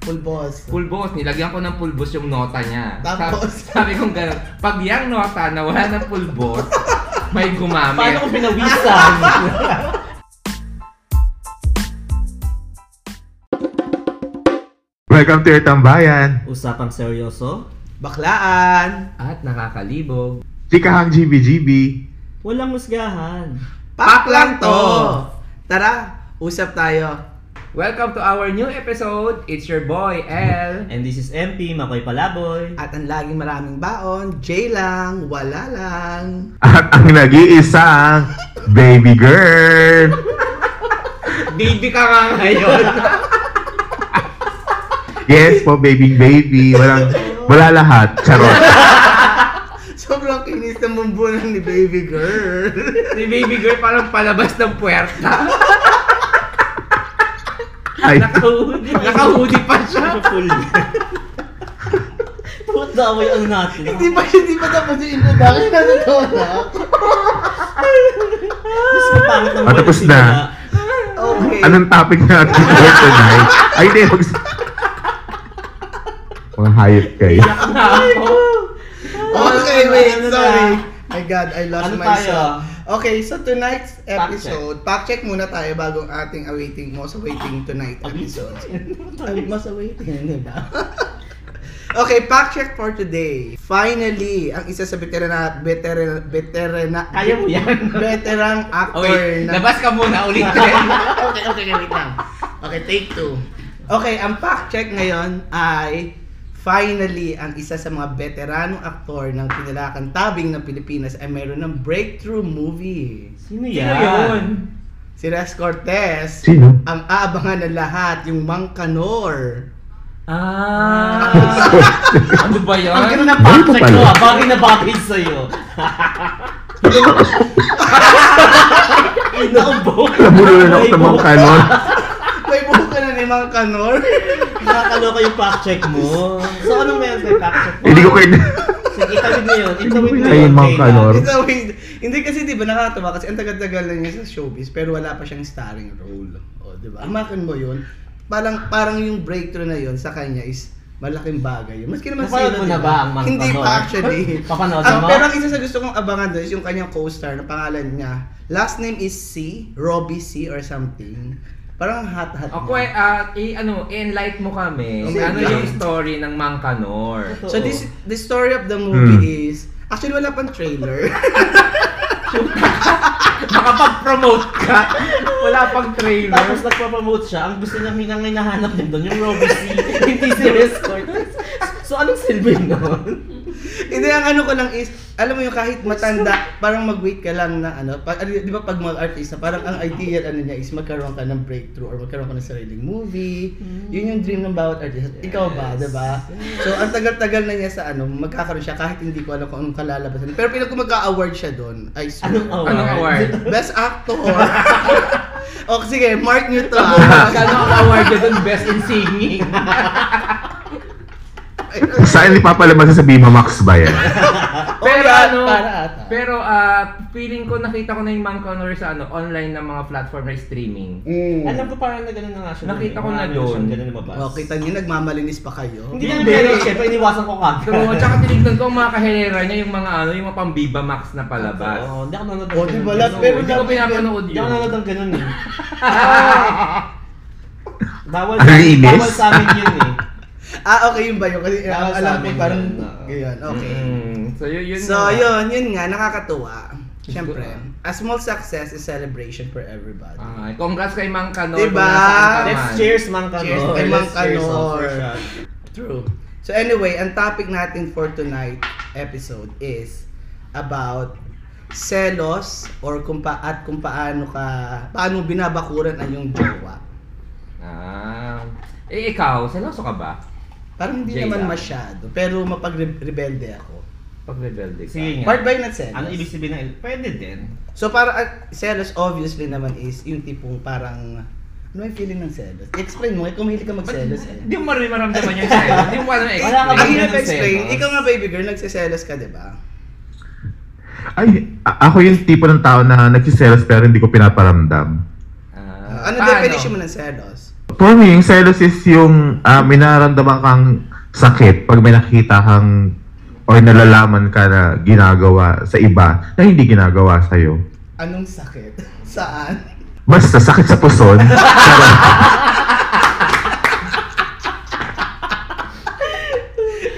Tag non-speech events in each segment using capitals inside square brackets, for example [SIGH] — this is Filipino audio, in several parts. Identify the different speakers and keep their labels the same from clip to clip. Speaker 1: Pulbos.
Speaker 2: pulbos. Nilagyan ko ng pulbos yung nota niya.
Speaker 1: Tapos?
Speaker 2: Sabi, sabi kong gano'n, pag yung nota na wala ng pulbos, may gumamit.
Speaker 3: Paano kung pinawisan?
Speaker 4: Welcome to your tambayan.
Speaker 3: Usapang seryoso?
Speaker 1: Baklaan.
Speaker 2: [LAUGHS] At nakakalimog.
Speaker 4: Chikahang GBGB.
Speaker 3: Walang musgahan.
Speaker 1: Pak lang to. Tara, usap tayo.
Speaker 2: Welcome to our new episode. It's your boy, L.
Speaker 3: And this is MP, Makoy Palaboy. [LAUGHS]
Speaker 1: At ang laging maraming baon, J lang, wala lang. [LAUGHS]
Speaker 4: At ang nag-iisang baby girl.
Speaker 2: Baby ka nga
Speaker 1: [LAUGHS]
Speaker 2: ngayon.
Speaker 4: Yes po, baby baby. Walang, wala lahat. Charot.
Speaker 1: Sobrang kinis ng bumbunan ni baby girl.
Speaker 3: [LAUGHS]
Speaker 2: si baby girl parang palabas ng
Speaker 1: [LAUGHS]
Speaker 2: puwerta.
Speaker 4: Ay,
Speaker 3: Nakahudi.
Speaker 2: Nakahudi pa siya.
Speaker 3: Full. Puwat na away ang ano natin.
Speaker 1: hindi ba, hindi ba tapos yung introduction? Natutuwa na ako.
Speaker 3: Mas mapangit ng
Speaker 4: Ah, tapos na.
Speaker 3: simula.
Speaker 1: Okay.
Speaker 4: anong topic natin for tonight? Ay, di. Mag- mga hayop kayo.
Speaker 3: Iyak
Speaker 1: Oh
Speaker 3: na ako.
Speaker 1: Okay, wait,
Speaker 3: Ano na?
Speaker 1: sorry. My God, I lost
Speaker 3: Ano
Speaker 1: myself.
Speaker 3: tayo?
Speaker 1: Okay, so tonight's
Speaker 3: Fact
Speaker 1: episode, fact check muna tayo bago ang ating awaiting most awaiting tonight episode. [LAUGHS] Mas awaiting, di ba? [LAUGHS] okay, fact check for today. Finally, ang isa sa veterana, veterana, veterana,
Speaker 3: Kaya mo yan. [LAUGHS]
Speaker 1: veterang
Speaker 2: Oh,
Speaker 1: actor
Speaker 2: wait,
Speaker 1: na...
Speaker 2: labas ka muna
Speaker 1: [LAUGHS]
Speaker 2: ulit.
Speaker 1: okay, okay, wait lang. Okay, take two. Okay, ang fact check ngayon ay finally ang isa sa mga veteranong aktor ng kinalakan tabing ng Pilipinas ay meron ng breakthrough movie.
Speaker 2: Sino
Speaker 3: Sino yan?
Speaker 2: Ano yun?
Speaker 1: Si Res Cortez,
Speaker 4: Sino?
Speaker 1: ang aabangan ng lahat, yung Mangkanor. [LAUGHS]
Speaker 2: Ah. ano ba yan?
Speaker 1: Ang ganda ng
Speaker 4: Ano
Speaker 1: fact
Speaker 4: pa
Speaker 1: check.
Speaker 3: Ano
Speaker 4: pala?
Speaker 3: ah, bagay na bagay sa'yo. Inaubok.
Speaker 4: Nabulunan ako sa mga kanon.
Speaker 1: [LAUGHS] May buhok ka na ni Mangkanor. [LAUGHS]
Speaker 3: Nakakaloka yung fact check mo. So, anong meron may fact check mo?
Speaker 4: Hindi ko kayo...
Speaker 3: Sige, itawid mo yun. Itawid mo
Speaker 4: Ay,
Speaker 3: yun.
Speaker 4: Mang Kalor.
Speaker 1: It's a weird- Hindi kasi di ba nakakatawa kasi ang tagal-tagal na niya sa showbiz pero wala pa siyang starring role. O, di ba? Amakan mo yun. Parang, parang yung breakthrough na yun sa kanya is malaking bagay yun. Maski naman
Speaker 3: Napanood
Speaker 1: sino,
Speaker 3: mo
Speaker 1: di
Speaker 3: na
Speaker 1: ba?
Speaker 3: ba ang Mang
Speaker 1: Hindi
Speaker 3: Kalor?
Speaker 1: pa actually.
Speaker 3: [LAUGHS] Papanood
Speaker 1: Ang-
Speaker 3: mo?
Speaker 1: Pero ang isa sa gusto kong abangan doon is yung kanyang co-star na pangalan niya. Last name is C, Robbie C or something. Parang ang hot-hot. niya.
Speaker 2: O
Speaker 3: eh.
Speaker 2: kwe, ah, i ano, enlight mo kami.
Speaker 1: Sige.
Speaker 2: Ano yung story ng Mangkanor?
Speaker 3: Totoo.
Speaker 1: So this the story of the movie
Speaker 4: Hmm.
Speaker 1: is actually wala pang trailer. [LAUGHS]
Speaker 2: Makapag-promote ka. [LAUGHS] Wala pang
Speaker 3: Tapos
Speaker 2: trailer.
Speaker 3: nagpapromote siya, ang gusto niya minang hinahanap niya doon, yung Robbie C, [LAUGHS] hindi si Rez Cortez. So anong silbi nun?
Speaker 1: Hindi, ang ano ko lang is, alam mo yung kahit matanda, parang mag-wait ka lang na ano, pag, ano, di ba pag mga artista, parang ang ideal ano niya is magkaroon ka ng breakthrough or magkaroon ka ng sariling movie. Yun yung dream ng bawat artista. Ikaw ba, di ba? So, ang tagal-tagal na niya sa ano, magkakaroon siya kahit hindi ko alam kung anong kalalabasan. Pero pinag award siya doon, I swear.
Speaker 3: Anong award?
Speaker 2: Anong award?
Speaker 1: Best Actor! o sige, mark nyo to.
Speaker 2: Magkano ang award niya dun? Best in
Speaker 1: [LAUGHS]
Speaker 2: Singing.
Speaker 4: Saan ipapalaman sa Bima Max ba yan?
Speaker 2: Pero
Speaker 1: para-
Speaker 2: ano,
Speaker 1: Oh, para ata.
Speaker 2: pero ah, feeling ko nakita ko na yung Mangkanor sa ano, online na mga platform na streaming.
Speaker 1: Mm.
Speaker 3: Alam ko parang na gano'n na nga siya.
Speaker 2: Nakita
Speaker 3: Eh,
Speaker 2: ko na
Speaker 3: marami
Speaker 2: doon.
Speaker 3: siyang Ganun lumabas.
Speaker 1: O, kita nyo, nagmamalinis pa kayo.
Speaker 3: Hindi na meron, syempre iniwasan ko kagad.
Speaker 1: [LAUGHS]
Speaker 2: Pero tsaka tinignan ko ang mga kaherera niya yung mga ano, yung mga pang Viva Max na palabas.
Speaker 3: Oo, hindi ako nanonood.
Speaker 1: O,
Speaker 3: ng
Speaker 1: di
Speaker 3: ganun.
Speaker 1: ba, lahat
Speaker 3: Oo,
Speaker 1: pero
Speaker 2: Hindi ko pinapanood
Speaker 3: Hindi ako
Speaker 2: yun.
Speaker 3: nanonood ng ganun
Speaker 2: [LAUGHS]
Speaker 3: eh. Bawal,
Speaker 4: Ang linis.
Speaker 3: bawal sa amin yun eh.
Speaker 1: Ah, okay yun ba yun? Kasi
Speaker 3: Bawal
Speaker 1: alam
Speaker 3: sa
Speaker 1: ko
Speaker 3: amin
Speaker 1: parang
Speaker 3: yun, ah. oo.
Speaker 1: ganyan. Okay.
Speaker 2: Mm, so yun, yun.
Speaker 1: so,
Speaker 2: na.
Speaker 1: yun. Yun nga, nakakatuwa. Siyempre,
Speaker 2: Good,
Speaker 1: a small success is celebration for everybody.
Speaker 3: Ah,
Speaker 2: Ay, congrats kay Mangkanor.
Speaker 1: Diba?
Speaker 3: Let's cheers, Mang Kanor.
Speaker 1: Cheers kay Mang
Speaker 3: Let's cheers,
Speaker 1: Kanor.
Speaker 3: oh, for sure.
Speaker 1: True. So anyway, ang topic natin for tonight episode is about selos or kung pa at kung paano ka paano binabakuran ang yung jowa.
Speaker 2: Ah. Eh, ikaw, seloso ka ba?
Speaker 1: Parang hindi
Speaker 2: Jay
Speaker 1: naman
Speaker 2: lang.
Speaker 1: masyado, pero mapagrebelde ako.
Speaker 2: Pag rebelde ka.
Speaker 3: Sige nga.
Speaker 1: Part by not selos.
Speaker 3: Ano ibig sabihin ng Pwede din.
Speaker 1: So para uh, selos obviously naman is yung tipong parang ano yung feeling ng selos? Explain mo, ikaw mahilig ka mag-selos eh.
Speaker 2: Hindi mo maraming maramdaman yung selos. Hindi mo paano
Speaker 3: Wala
Speaker 1: Ang
Speaker 3: ka ba-
Speaker 2: explain.
Speaker 1: hirap
Speaker 3: ng
Speaker 1: explain,
Speaker 3: selos?
Speaker 1: ikaw nga baby girl, nagsiselos ka, di ba?
Speaker 4: Ay, a- ako yung tipo ng tao na nagsiselos pero hindi ko pinaparamdam.
Speaker 2: Ah,
Speaker 1: ano
Speaker 2: paano?
Speaker 1: definition mo ng selos?
Speaker 4: For me, yung selos is yung ah, may nararamdaman kang sakit pag may nakita kang or nalalaman ka na ginagawa sa iba na hindi ginagawa sa'yo.
Speaker 1: Anong sakit? [LAUGHS] Saan?
Speaker 4: Basta sakit sa puson. [LAUGHS] Charot.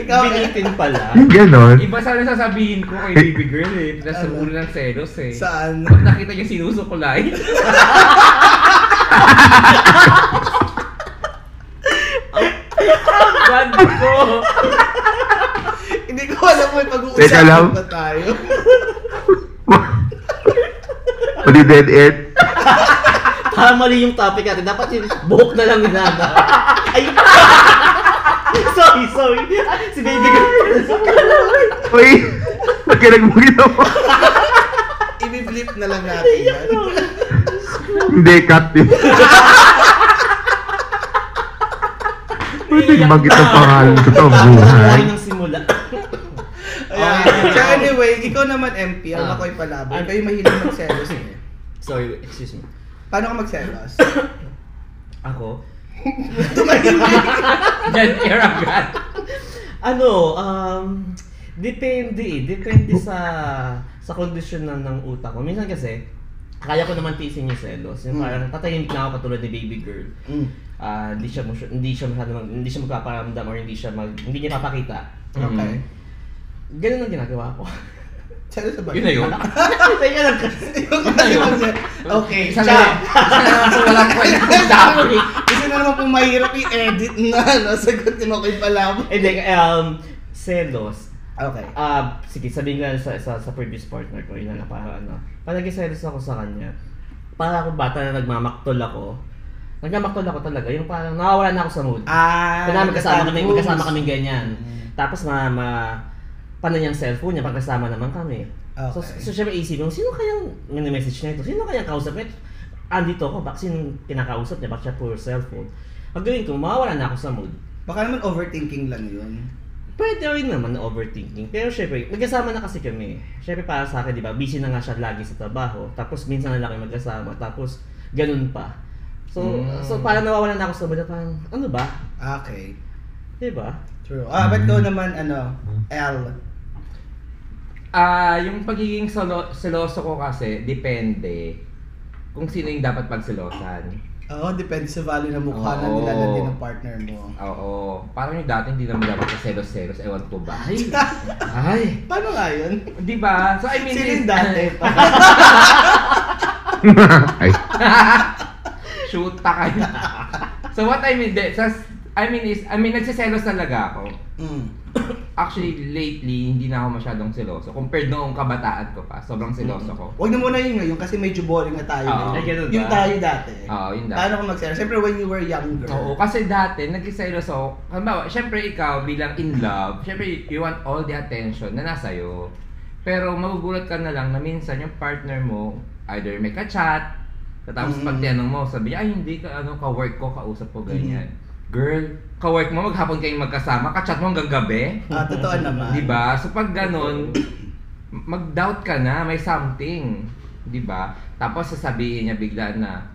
Speaker 1: Ikaw, eh,
Speaker 3: Binitin pala.
Speaker 4: Yung ganon.
Speaker 2: Iba sana sasabihin ko kay baby girl eh. Nasa
Speaker 1: Ano?
Speaker 2: ulo ng selos eh.
Speaker 1: saan? [LAUGHS]
Speaker 2: Pag nakita niya sinusukulay. Bad ko.
Speaker 1: Hindi ko alam kung may
Speaker 4: Teka lang.
Speaker 1: pag-uusapan pa tayo.
Speaker 4: Pwede dead end.
Speaker 3: Para mali yung topic natin. Dapat yung buhok na lang inana. Ay! [LAUGHS] sorry, sorry. Si baby girl.
Speaker 4: Uy! Ba't ka nagmugin mo?
Speaker 1: I-blip na lang natin yan.
Speaker 4: Hindi, cut yun. Pwede magit ang pangalan ko to, buhay. [LAUGHS]
Speaker 3: Buhay ng simula.
Speaker 1: Ayan.
Speaker 3: Okay.
Speaker 1: So anyway, ikaw naman MP, alam
Speaker 3: Ah.
Speaker 1: ko yung palaban.
Speaker 3: Ay-
Speaker 1: Kayo mahilig magselos eh.
Speaker 3: sorry, excuse me.
Speaker 1: Paano ka magselos?
Speaker 3: Ako?
Speaker 1: Tumahimik.
Speaker 2: Dead air agad.
Speaker 3: Ano, um, depende eh. Depende sa sa kondisyon na ng utak ko. Minsan kasi, kaya ko naman tiisin yung selos. Yung
Speaker 1: Mm.
Speaker 3: parang tatahimik na ako katulad ni baby girl.
Speaker 1: Mm.
Speaker 3: Ah, hindi siya masy- hindi siya masyado mag- hindi siya magpaparamdam or hindi siya mag hindi niya papakita.
Speaker 1: Okay.
Speaker 3: Ganun ang ginagawa ko. [LAUGHS]
Speaker 1: Selos sa
Speaker 2: Yun na
Speaker 1: bagay.
Speaker 2: yun.
Speaker 3: Teka lang kasi.
Speaker 1: Okay,
Speaker 2: Isa na
Speaker 1: siya.
Speaker 2: yun. Isa na lang po walang
Speaker 1: [LAUGHS]
Speaker 2: kwentang dapat.
Speaker 3: Sorry.
Speaker 1: Kasi na naman pong mahirap i-edit na, no? Sagutin mo kay palaban.
Speaker 3: And then, um, selos.
Speaker 1: Okay.
Speaker 3: Ah, sige, sabihin ko na sa, sa, sa previous partner ko, yun na para ano. Palagi selos ako sa kanya. Para ako bata na nagmamaktol ako. Nagmamaktol ako talaga. Yung parang nawawala na ako sa mood.
Speaker 1: Ah,
Speaker 3: Kailangan magkasama kami,
Speaker 1: nagtatapos.
Speaker 3: magkasama kami ganyan.
Speaker 1: Mm.
Speaker 3: Tapos ma, ma paano niyang cellphone niya, pagkasama naman kami. So,
Speaker 1: Okay.
Speaker 3: so siya may isip yung, sino kayang minimessage niya ito? Sino kayang kausap niya? Andito ako, bakit sino kinakausap niya? Bakit siya puro cellphone? Ang gawin ko, mawawala na ako sa mood.
Speaker 1: Baka naman overthinking lang yun.
Speaker 3: Pwede rin naman na overthinking. Pero syempre, magkasama na kasi kami. Syempre para sa akin, di ba? Busy na nga siya lagi sa trabaho. Tapos minsan na lang kami magkasama. Tapos ganun pa. So,
Speaker 2: Mm.
Speaker 3: so parang nawawalan na ako sa mood. na Parang, ano ba?
Speaker 1: Ah, Okay.
Speaker 3: Di ba?
Speaker 1: True. Ah, ba't ko
Speaker 2: Hmm.
Speaker 1: naman, ano, L.
Speaker 2: Ah, yung pagiging solo, seloso ko kasi, depende kung sino yung dapat pagselosan.
Speaker 1: Oo, depende sa value ng mukha na
Speaker 2: Oo.
Speaker 1: nilalagay ng partner mo.
Speaker 2: Oo. Parang yung dati hindi naman dapat sa selos-selos. Ewan ko ba?
Speaker 3: Ay! Ay!
Speaker 1: Paano nga yun?
Speaker 2: Di ba? So, I mean...
Speaker 1: Sino yung
Speaker 2: [LAUGHS]
Speaker 1: dati? [LAUGHS]
Speaker 4: Ay,
Speaker 2: Shoot ta kayo. so, what I mean, de, sa, I mean is, I mean, nagsiselos talaga ako.
Speaker 1: mm.
Speaker 2: Actually, lately, hindi na ako masyadong seloso. Compared noong kabataan ko pa, sobrang seloso ko.
Speaker 1: Huwag na muna yun ngayon kasi medyo boring na tayo. ngayon.
Speaker 2: Oo.
Speaker 3: Ay, ganun ba?
Speaker 1: yung tayo dati.
Speaker 2: Oo, yun dati.
Speaker 1: Paano kung mag-selos? Siyempre, when you were younger.
Speaker 2: Oo, kasi dati, nagsiselos ako. Halimbawa, syempre ikaw bilang in love, syempre you want all the attention na nasa iyo. Pero magugulat ka na lang na minsan yung partner mo, either may ka-chat, tapos
Speaker 1: Mm.
Speaker 2: pag tinanong mo, sabi niya, ay hindi ka, ano, ka-work ko, kausap ko, ganyan. Girl, ka-work mo, maghapon kayong magkasama, ka-chat mo hanggang gabi.
Speaker 1: Ah, totoo naman.
Speaker 2: Di ba? Diba? So pag ganun, mag-doubt ka na, may something. Di ba? Tapos sasabihin niya bigla na,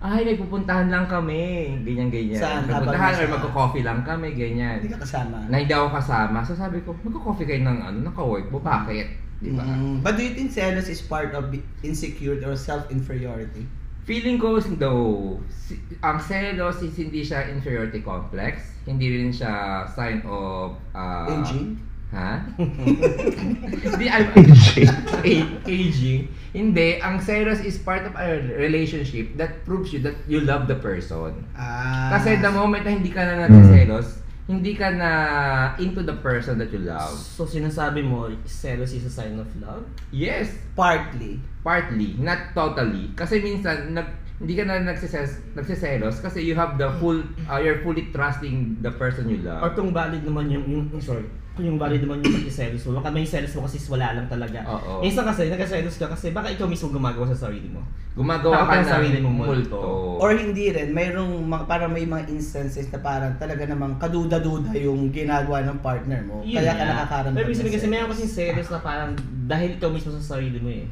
Speaker 2: ay, may pupuntahan lang kami. Ganyan-ganyan.
Speaker 1: Saan?
Speaker 2: Pupuntahan
Speaker 1: Habang
Speaker 2: or
Speaker 1: nasa-
Speaker 2: magko-coffee lang kami,
Speaker 1: Hindi
Speaker 2: ganyan.
Speaker 1: ka kasama.
Speaker 2: Na hindi ako kasama. So sabi ko, magko-coffee kayo ng ano, ng ka-work mo. Bakit? Diba? Di ba?
Speaker 1: Mm. But do you think jealous is part of be- insecurity or self-inferiority?
Speaker 2: Feeling ko, no. Si- Ang selos is hindi siya inferiority complex. Hindi rin siya sign of... ah,
Speaker 1: Aging?
Speaker 2: Ha? [LAUGHS] Hindi, I'm,
Speaker 4: Aging.
Speaker 2: A- aging. Hindi, ang serious is part of a relationship that proves you that you love the person.
Speaker 1: Ah. Mm.
Speaker 2: Kasi the moment na hindi ka na nagsiselos, hindi ka na into the person that you love.
Speaker 3: So sinasabi mo, jealousy is a sign of love?
Speaker 2: Yes,
Speaker 1: Partly.
Speaker 2: partly, not totally. Kasi minsan, nag, hindi ka na nagsises, nagsiselos kasi you have the full, uh, you're fully trusting the person you love.
Speaker 3: Or kung valid naman yung, yung yung- sorry, kung yung valid naman yung pagkiselos mo, baka may selos mo kasi is wala lang talaga.
Speaker 2: Oo.
Speaker 3: Minsan kasi, nagkaselos ka kasi baka ikaw mismo gumagawa sa sarili mo.
Speaker 2: Gumagawa
Speaker 3: Tama ka
Speaker 2: ka
Speaker 3: ng
Speaker 2: ng
Speaker 3: sarili mong multo.
Speaker 2: multo.
Speaker 1: Or hindi rin, mayroong mga, parang may mga instances na parang talaga namang kaduda-duda yung ginagawa ng partner mo.
Speaker 3: Yun
Speaker 1: kaya ka
Speaker 3: nga.
Speaker 1: nakakaramdam.
Speaker 3: Pero ibig
Speaker 1: ng
Speaker 3: sabihin kasi
Speaker 1: selos.
Speaker 3: mayroon kasing selos na parang dahil ikaw mismo sa sarili mo eh.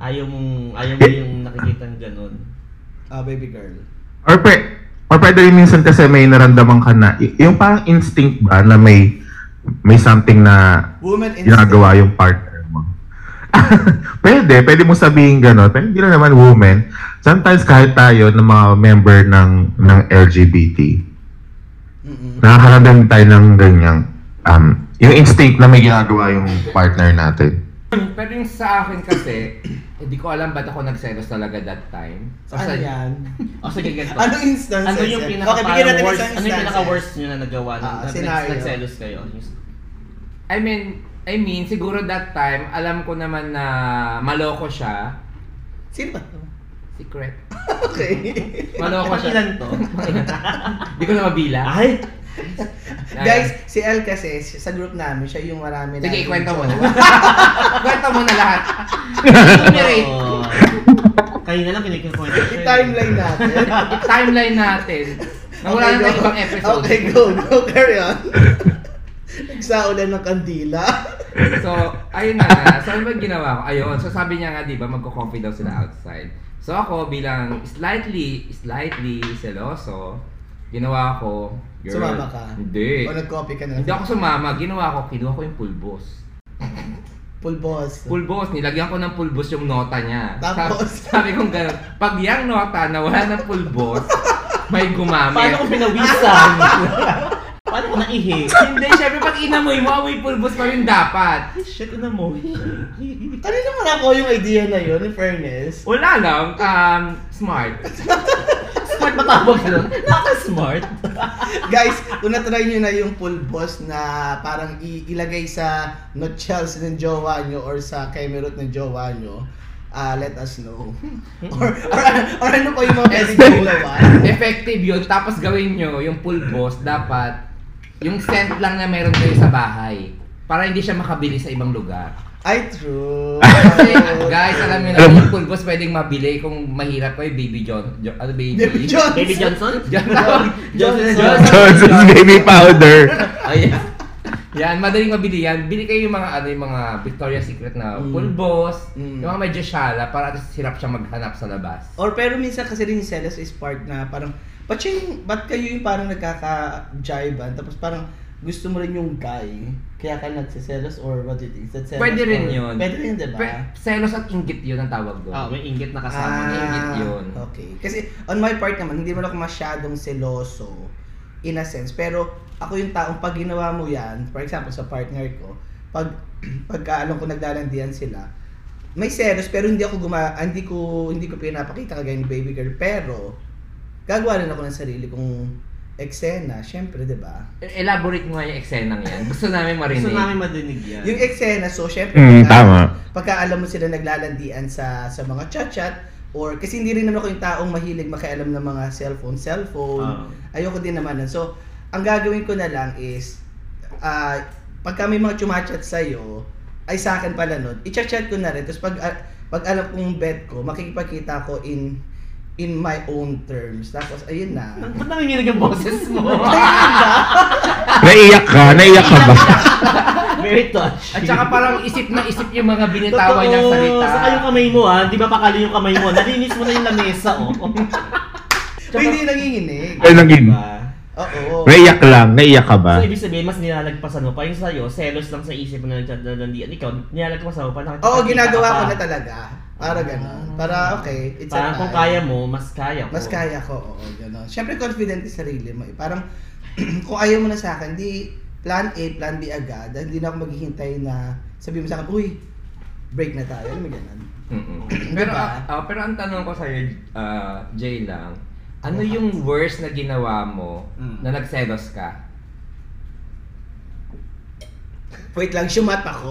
Speaker 3: Ayaw mong, ayaw mo yung nakikita ng ganun.
Speaker 1: Ah, baby girl.
Speaker 4: or pe, Or pwede rin minsan kasi may naramdaman ka na, y- yung parang instinct ba na may may something na
Speaker 1: Woman instinct.
Speaker 4: ginagawa yung partner mo. [LAUGHS] pwede, pwede mo sabihin gano'n. Pero hindi lang naman women. Sometimes kahit tayo ng mga member ng ng LGBT,
Speaker 1: Mm-mm.
Speaker 4: nakakaramdam tayo ng ganyang um, yung instinct na may ginagawa yung partner natin.
Speaker 2: Pero yung sa akin kasi, [CLEARS THROAT] hindi ko alam ba't ako nagselos talaga that time. O
Speaker 1: Ano
Speaker 2: sa- [LAUGHS]
Speaker 1: yan?
Speaker 3: O sige, ganito.
Speaker 1: Ano instances?
Speaker 3: Ano yung
Speaker 1: yan?
Speaker 3: pinaka
Speaker 1: okay, bigyan natin isang
Speaker 3: worst, ano yung
Speaker 1: instances.
Speaker 3: pinaka worst nyo na nagawa na
Speaker 1: Ah,
Speaker 3: na-
Speaker 1: scenario.
Speaker 3: nagselos kayo? Yung-
Speaker 2: I mean, I mean, siguro that time, alam ko naman na maloko siya.
Speaker 1: Sino ba?
Speaker 2: Secret.
Speaker 1: Okay.
Speaker 2: [LAUGHS] Maloko
Speaker 3: Ilang
Speaker 2: siya.
Speaker 3: to?
Speaker 2: Hindi ko na mabila.
Speaker 3: Ano, Ay!
Speaker 1: Ah, Guys, si El kasi, si- sa group namin, siya yung marami
Speaker 2: Sige,
Speaker 1: nating
Speaker 2: kwento mo na.
Speaker 1: jowa. [LAUGHS]
Speaker 2: kwento mo na lahat. Enumerate.
Speaker 3: Oo. Kayo na eh. lang pinagkikwento.
Speaker 1: I-timeline natin.
Speaker 2: Timeline natin. Nawala na
Speaker 1: Okay,
Speaker 2: tayo
Speaker 1: go. [LAUGHS]
Speaker 2: ibang episode.
Speaker 1: Okay, go. Go, carry on. [LAUGHS] Nagsaulan ng kandila.
Speaker 2: So, ayun na nga. So, ano ba ginawa ko? Ayun. So, sabi niya nga, di ba, magko-coffee daw
Speaker 1: Mm-hmm.
Speaker 2: sila outside. So, ako bilang slightly, slightly seloso, ginawa ko, girl.
Speaker 1: Sumama ka?
Speaker 2: Hindi.
Speaker 1: O nag-copy ka na
Speaker 2: Hindi ako sumama. Ginawa ko, kinuha ko yung pulbos.
Speaker 1: Pulbos.
Speaker 2: Pulbos, nilagyan ko ng pulbos yung nota niya.
Speaker 1: Tapos?
Speaker 2: Sabi, sabi kong gano'n, pag yung nota na wala ng pulbos, may gumamit.
Speaker 3: Paano kung pinawisan? [LAUGHS] Paano kung naihi?
Speaker 2: Hindi, syempre pag inamoy mo, amoy pulbos pa rin dapat.
Speaker 3: Shit, ano mo?
Speaker 1: Ano naman ako yung idea na yun, in fairness?
Speaker 2: Wala lang, um, smart.
Speaker 3: Smart ba tawag nun? Naka-smart.
Speaker 1: Guys, kung na-try nyo na yung pulbos na parang i- ilagay sa nutshells ng jowa nyo or sa kemerot ng jowa nyo, ah, let us know. [LAUGHS] or, or, or ano pa yung mga pwede nyo ginawa?
Speaker 2: Effective yun, tapos gawin nyo yung pulbos, dapat yung scent lang na meron kayo sa bahay. Para hindi siya makabili sa ibang lugar.
Speaker 1: Ay, true.
Speaker 2: Kasi, [LAUGHS]
Speaker 1: [LAUGHS]
Speaker 2: guys, alam nyo na,
Speaker 4: Alam mo-
Speaker 2: yung pulbos pwedeng mabili kung mahirap kayo, Baby John. Jo- ano, Baby?
Speaker 1: Baby Johnson.
Speaker 3: Baby
Speaker 2: [LAUGHS]
Speaker 3: Johnson?
Speaker 2: John tawag.
Speaker 3: Johnson.
Speaker 2: Johnson.
Speaker 4: Johnson's baby powder.
Speaker 3: Ay,
Speaker 2: Yan, madaling mabili yan. Bili kayo yung mga ano yung mga Victoria's Secret na
Speaker 1: Mm.
Speaker 2: pulbos,
Speaker 1: Mm.
Speaker 2: yung mga medyo shala para at least hirap siya maghanap sa labas.
Speaker 1: Or pero minsan kasi rin yung selos is part na parang, ba't, siya yung, ba't kayo yung parang nagkaka-jiban? Tapos parang gusto mo rin yung guy, kaya ka nagsiselos or what do you think? Is that selos
Speaker 2: Pwede rin
Speaker 1: or-
Speaker 2: yun.
Speaker 1: Pwede rin, diba? di ba?
Speaker 2: Pe- selos at inggit yun ang tawag doon.
Speaker 3: Ah, may inggit na kasama.
Speaker 2: niya, inggit yun.
Speaker 1: Ah, Okay. Kasi on my part naman, hindi man ako masyadong seloso in a sense. Pero ako yung taong pag ginawa mo yan, for example, sa partner ko, pag [CLEARS THROAT] pagka alam ko naglalandian sila, may selos pero hindi ako guma ah, hindi ko hindi ko pinapakita kagaya ni baby girl pero gagawa rin ako ng sarili kong eksena, syempre, 'di ba?
Speaker 2: E- Elaborate mo nga yung eksenang yan. Gusto namin marinig.
Speaker 3: Gusto namin madinig yan.
Speaker 1: Yung eh, eksena, so syempre,
Speaker 4: Mm,
Speaker 1: pagka-
Speaker 4: tama.
Speaker 1: pagka alam mo sila naglalandian sa sa mga chat-chat, or kasi hindi rin naman ako yung taong mahilig makialam ng mga cellphone, cellphone.
Speaker 3: Ah.
Speaker 1: Ayoko din naman nun. So, ang gagawin ko na lang is, ah, pagka may mga chumachat sa'yo, ay sa akin pala nun, i-chat-chat ko na rin. Tapos pag, ah, pag alam kong bet ko, makikipagkita ko in in my own terms. Tapos, ayun na.
Speaker 3: Ba't nanginginig ang boses mo? [LAUGHS]
Speaker 4: Naiyak ka? Naiyak ka ba?
Speaker 3: Very touchy.
Speaker 2: [LAUGHS] At saka parang isip na isip yung mga binitawan
Speaker 3: Totoo,
Speaker 2: niyang salita.
Speaker 3: Saka yung kamay mo ha, hindi ba pakali yung kamay mo? Nalinis mo na yung lamesa oh.
Speaker 1: Uy, hindi nanginginig.
Speaker 4: Ay, naging.
Speaker 1: Oo.
Speaker 4: Naiyak lang. Naiyak ka ba?
Speaker 3: So ibig sabihin, mas nilalagpasan mo pa yung sa'yo, selos lang sa isip mo na nagdadalandian. Ikaw, nilalagpasan mo pa. nakikita-
Speaker 1: Oo,
Speaker 3: kita ka
Speaker 1: ginagawa ko
Speaker 3: pa. Mm.
Speaker 1: na talaga. Para ganun. Para okay, it's
Speaker 3: Parang
Speaker 1: a
Speaker 3: kung
Speaker 1: tie.
Speaker 3: kaya mo, mas kaya ko.
Speaker 1: Mas kaya ko, oo, gano'n. Siyempre, confident ka sa sarili mo. eh. Parang, [CLEARS THROAT] kung ayaw mo na sa akin, di plan A, plan B agad. Hindi na ako maghihintay na sabi mo sa akin, uy, break na tayo. Ano gano'n?
Speaker 2: Mm-mm. [CLEARS THROAT] Pero
Speaker 1: Diba?
Speaker 2: ah, ah, pero ang tanong ko sa iyo, Jay lang, ano yung worst na ginawa mo
Speaker 1: Mm.
Speaker 2: na nagselos ka?
Speaker 1: Wait lang, [LAUGHS] shumat ako.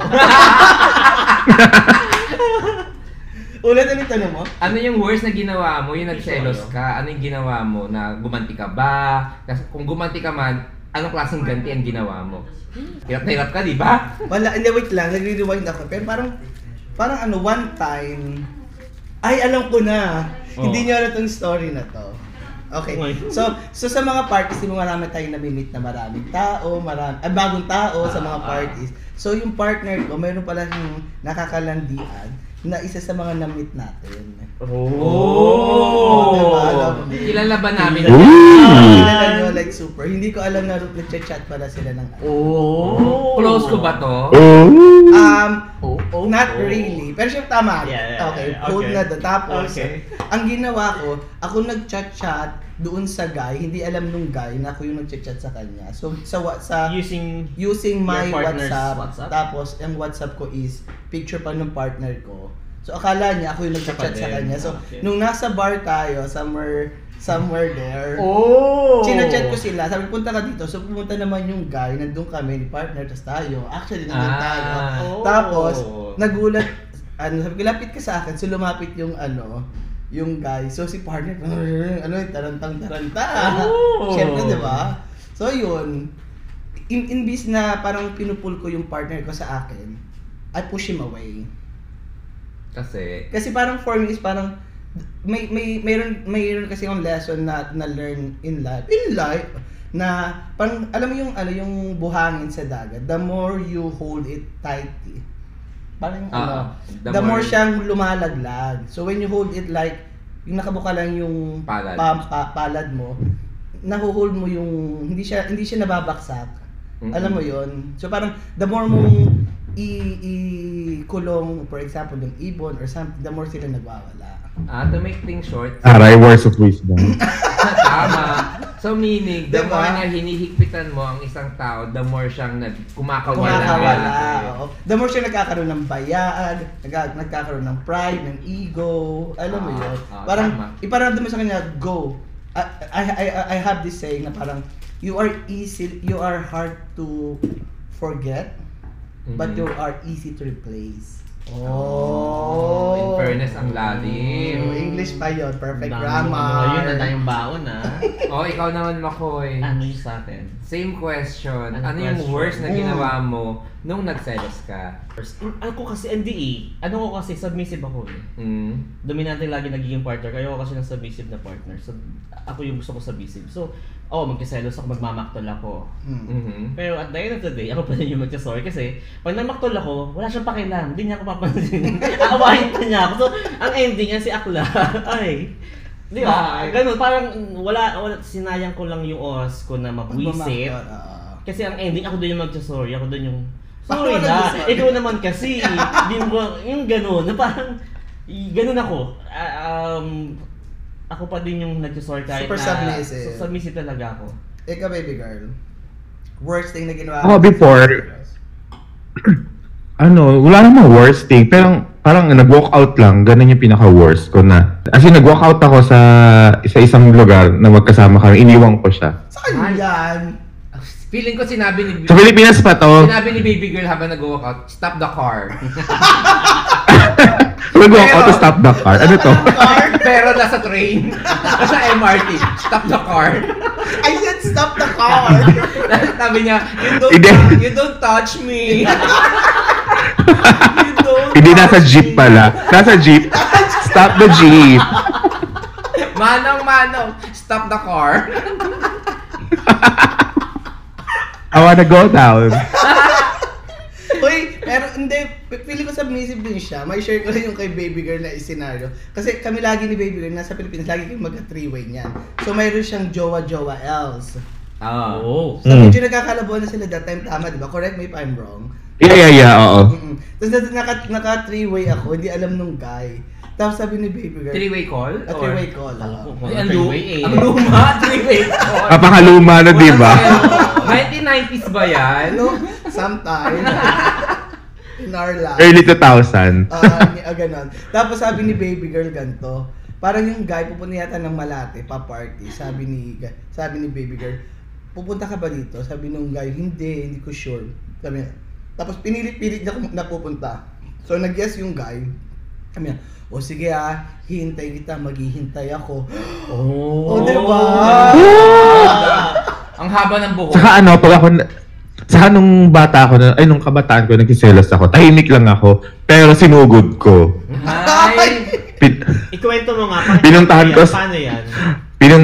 Speaker 1: Ulit ulit tanong mo.
Speaker 2: Ano yung worst na ginawa mo? Yung nagselos ka? Ano yung ginawa mo? Na gumanti ka ba? Kasi kung gumanti ka man, anong klaseng ganti ang ginawa mo? Hirap na hirap ka, di ba?
Speaker 1: Wala, hindi, wait lang. Nagre-rewind ako. Pero parang, parang ano, one time, ay, alam ko na.
Speaker 3: Oo.
Speaker 1: Hindi niyo alam tong story na to. Okay.
Speaker 3: Okay.
Speaker 1: So, so sa mga parties, di ba marami tayong nami-meet na maraming tao, marami, ah, bagong tao sa mga
Speaker 3: Ah, ah.
Speaker 1: parties. So, yung partner ko, mayroon pala yung nakakalandian na isa sa mga na-meet natin.
Speaker 3: Oh.
Speaker 1: Oo, diba? Alam love me.
Speaker 2: Kilala ba namin?
Speaker 4: Ooh!
Speaker 1: Kilala
Speaker 3: Hmm.
Speaker 1: nyo, like super. Hindi ko alam na nagchat-chat pala sila ng
Speaker 3: Oh.
Speaker 2: Close ko ba to?
Speaker 4: Ooh!
Speaker 1: Um,
Speaker 3: Oh, oh,
Speaker 1: not
Speaker 3: oh.
Speaker 1: really. Pero siya tama.
Speaker 3: Yeah, yeah, yeah,
Speaker 1: okay,
Speaker 3: yeah.
Speaker 1: hold
Speaker 3: Okay.
Speaker 1: na doon. Tapos,
Speaker 3: Okay.
Speaker 1: ang ginawa ko, ako nag-chat-chat doon sa guy. Hindi alam nung guy na ako yung nag-chat-chat sa kanya. So, sa, wa- sa
Speaker 3: Using
Speaker 1: using my
Speaker 3: Your partner's
Speaker 1: WhatsApp,
Speaker 3: WhatsApp?
Speaker 1: Tapos, ang WhatsApp ko is picture pa ng partner ko. So, akala niya ako yung nag-chat
Speaker 3: Siya pa
Speaker 1: sa
Speaker 3: din.
Speaker 1: kanya. So,
Speaker 3: Okay.
Speaker 1: nung nasa bar tayo, somewhere, somewhere there,
Speaker 3: Oh!
Speaker 1: Sinachat ko sila, sabi punta ka dito. So pumunta naman yung guy, nandun kami, ni partner, tas tayo. Actually, nandun
Speaker 2: Ah.
Speaker 1: tayo.
Speaker 3: Oh.
Speaker 1: Tapos, nagulat, ano, sabi ko, lapit ka sa akin. So lumapit yung ano, yung guy. So si partner, [LAUGHS] ano yung tarantang-taranta.
Speaker 3: Oh.
Speaker 1: Siyempre, di ba? So yun, in inbis na parang pinupul ko yung partner ko sa akin, I push him away.
Speaker 2: Kasi,
Speaker 1: Kasi parang for me is parang may may mayroon mayroon kasi yung lesson na na learn in life. In life na parang alam mo yung ano yung buhangin sa dagat, the more you hold it tightly. Parang
Speaker 2: Ah,
Speaker 1: ano,
Speaker 2: the
Speaker 1: the, more,
Speaker 2: more-
Speaker 1: siyang lumalaglag. So when you hold it like yung nakabuka lang yung
Speaker 2: Palad.
Speaker 1: pa- pa- palad mo, nahuhold mo yung hindi siya hindi siya nababaksak.
Speaker 2: Mm-mm.
Speaker 1: Alam mo yun? So parang the more mong i- i-kulong, for example, yung ibon or something, the more sila nagwawala.
Speaker 2: ah, to make things short, [LAUGHS]
Speaker 4: Aray, words of wisdom.
Speaker 2: tama. So meaning, the
Speaker 1: Diba?
Speaker 2: more na hinihigpitan mo ang isang tao, the more siyang nag kumakawala.
Speaker 1: Kumakawala. oo. Oh. The more siya nagkakaroon ng bayaan, nag- nagkakaroon ng pride, ng ego, alam mo
Speaker 2: Ah,
Speaker 1: yun?
Speaker 2: ah,
Speaker 1: Parang,
Speaker 2: tama.
Speaker 1: iparamdam mo sa kanya, go. I, I, I, I have this saying na parang, you are easy, you are hard to forget, but
Speaker 2: Mhm.
Speaker 1: you are easy to replace.
Speaker 2: Oh, in fairness, ang lalim.
Speaker 1: Mm, English pa yun. Perfect
Speaker 3: Ang daming
Speaker 1: grammar.
Speaker 3: Ano, yun, ang tayong baon
Speaker 1: [LAUGHS]
Speaker 3: ah.
Speaker 2: Oh, ikaw naman, Makoy.
Speaker 3: ano yung sa akin?
Speaker 2: Same question.
Speaker 3: Ano
Speaker 2: Ano, yung
Speaker 3: question?
Speaker 2: worst na
Speaker 1: Mm.
Speaker 2: ginawa mo nung nagselos ka?
Speaker 3: First, mm, ano ko kasi, NDE, ano ko kasi, submissive ako eh.
Speaker 2: Mm.
Speaker 3: Dominante lagi nagiging partner ko. Ayoko kasi ng submissive na partner. So, ako yung gusto ko submissive. So, oo, oh, magkiselos ako, magmamaktol ako.
Speaker 1: Mm.
Speaker 2: Mhm.
Speaker 3: Pero at the end of the day, ako pa rin yung magsasorry kasi pag namaktol ako, wala siyang pakialam. Hindi niya ako
Speaker 1: [LAUGHS]
Speaker 3: papansin. Aawahin pa niya ako. So, ang ending yan si Akla. [LAUGHS] Ay. Di ba?
Speaker 2: Ay.
Speaker 3: Ganun. Parang wala, wala, sinayang ko lang yung oras ko na mabwisit.
Speaker 1: Pagmamakta, oo.
Speaker 3: Kasi ang ending, ako doon yung magsasorry. Ako doon yung,
Speaker 1: Bakit
Speaker 3: sorry
Speaker 1: wala
Speaker 3: na,
Speaker 1: nagsasorry?
Speaker 3: ikaw naman kasi. Di mo, yung ganun, na parang, y- ganun ako. Ah, um, ako pa din yung nagsasorry kahit
Speaker 1: Super
Speaker 3: na,
Speaker 1: submissive.
Speaker 3: So, submissive talaga ako.
Speaker 1: Ikaw, baby girl. Worst thing na ginawa
Speaker 4: Ako, before- ano, wala namang worst thing. Pero parang nag-walk out lang, ganun yung pinaka-worst ko na. As in, nag-walk out ako sa, sa isang lugar na magkasama kami. Iniwang ko siya.
Speaker 1: Saan
Speaker 2: Ay.
Speaker 1: yan?
Speaker 2: Feeling ko sinabi ni
Speaker 4: Sa Pilipinas pa to.
Speaker 2: sinabi ni baby girl habang nag-walkout, stop the car.
Speaker 4: Nag-walk out to
Speaker 2: Pero-
Speaker 4: stop the car. Ano to?
Speaker 2: Pero nasa train, [LAUGHS] sa MRT, stop the car.
Speaker 1: I said stop the car.
Speaker 2: [LAUGHS] Sabi niya, you don't,
Speaker 4: Hindi.
Speaker 2: you don't touch
Speaker 4: [LAUGHS]
Speaker 2: me. you don't
Speaker 4: Hindi nasa
Speaker 2: touch
Speaker 4: jeep
Speaker 2: me.
Speaker 4: pala. Nasa jeep. Stop the jeep.
Speaker 2: Manong, manong, stop the car.
Speaker 4: I wanna go down.
Speaker 1: Uy, pero hindi, pili ko submissive din siya. May share ko lang yung kay baby girl na scenario. Kasi kami lagi ni baby girl, nasa Pilipinas, lagi kami magka-three-way niyan. So mayroon siyang jowa-jowa else.
Speaker 2: Oh.
Speaker 3: Oh.
Speaker 1: So
Speaker 4: Mm.
Speaker 1: medyo nagkakalabuan na sila that time, tama, di ba? Correct me if I'm wrong.
Speaker 4: Yeah, yeah, yeah. Oo.
Speaker 1: Mm-mm. Tapos nasa- naka, naka three-way ako, hindi alam nung guy. Tapos sabi ni baby girl,
Speaker 2: Three-way call?
Speaker 1: a
Speaker 2: Or-
Speaker 1: three-way call. ah.
Speaker 3: Alam ko,
Speaker 1: oo.
Speaker 2: Ay, ang, lu-
Speaker 3: freeway eh.
Speaker 2: ang luma, [LAUGHS] three-way call.
Speaker 4: Kapakaluma na, di ba?
Speaker 2: Walang kaya. 1990s ba yan?
Speaker 1: Ano? Sometime. In our life.
Speaker 4: Early 2000.
Speaker 1: Ah, uh, ganon. Tapos sabi ni baby girl ganto, parang yung guy pupunta yata ng Malate pa party. Sabi ni sabi ni baby girl, pupunta ka ba dito? Sabi nung guy, hindi, hindi ko sure. Sabi niya, tapos pinilit-pilit niya kung napupunta. So nag-yes yung guy. Sabi niya, o sige ah, hihintay kita, maghihintay ako.
Speaker 3: Oh.
Speaker 1: Oh, diba?
Speaker 2: Ang haba ng buhok.
Speaker 4: [LAUGHS] Tsaka ano, pag ako, na- tsaka nung bata ako, na- ay nung kabataan ko, nagkiselos ako. Tahimik lang ako, pero sinugod ko.
Speaker 2: Ay!
Speaker 4: Pin,
Speaker 3: Ikwento mo nga. paano-
Speaker 4: Pinuntahan ko-
Speaker 3: Paano yan?
Speaker 4: [CLEARS THROAT] pinun,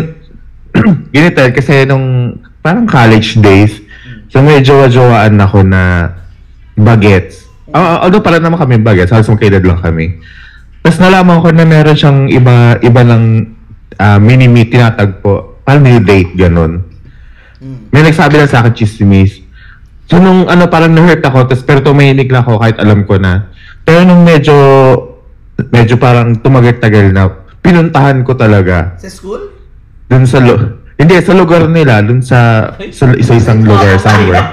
Speaker 4: ginitel kasi nung parang college days, so may jowa-jowaan ako na bagets. Ah, although pala naman kami bagets, halos magkaedad lang kami. Tapos nalaman ko na meron siyang iba, iba lang ah, mini-meet tinatagpo, parang mini-date, ganun. May nagsabi lang sa akin, chismis. So, nung ano, parang na-hurt ako, tas, pero tumahinig lang ako kahit alam ko na. Pero nung medyo, medyo parang tumagal-tagal na, pinuntahan ko talaga.
Speaker 1: [LAUGHS] Sa school?
Speaker 4: Dun sa lo- hindi, sa lugar nila, dun sa, sa isa-isang lugar somewhere.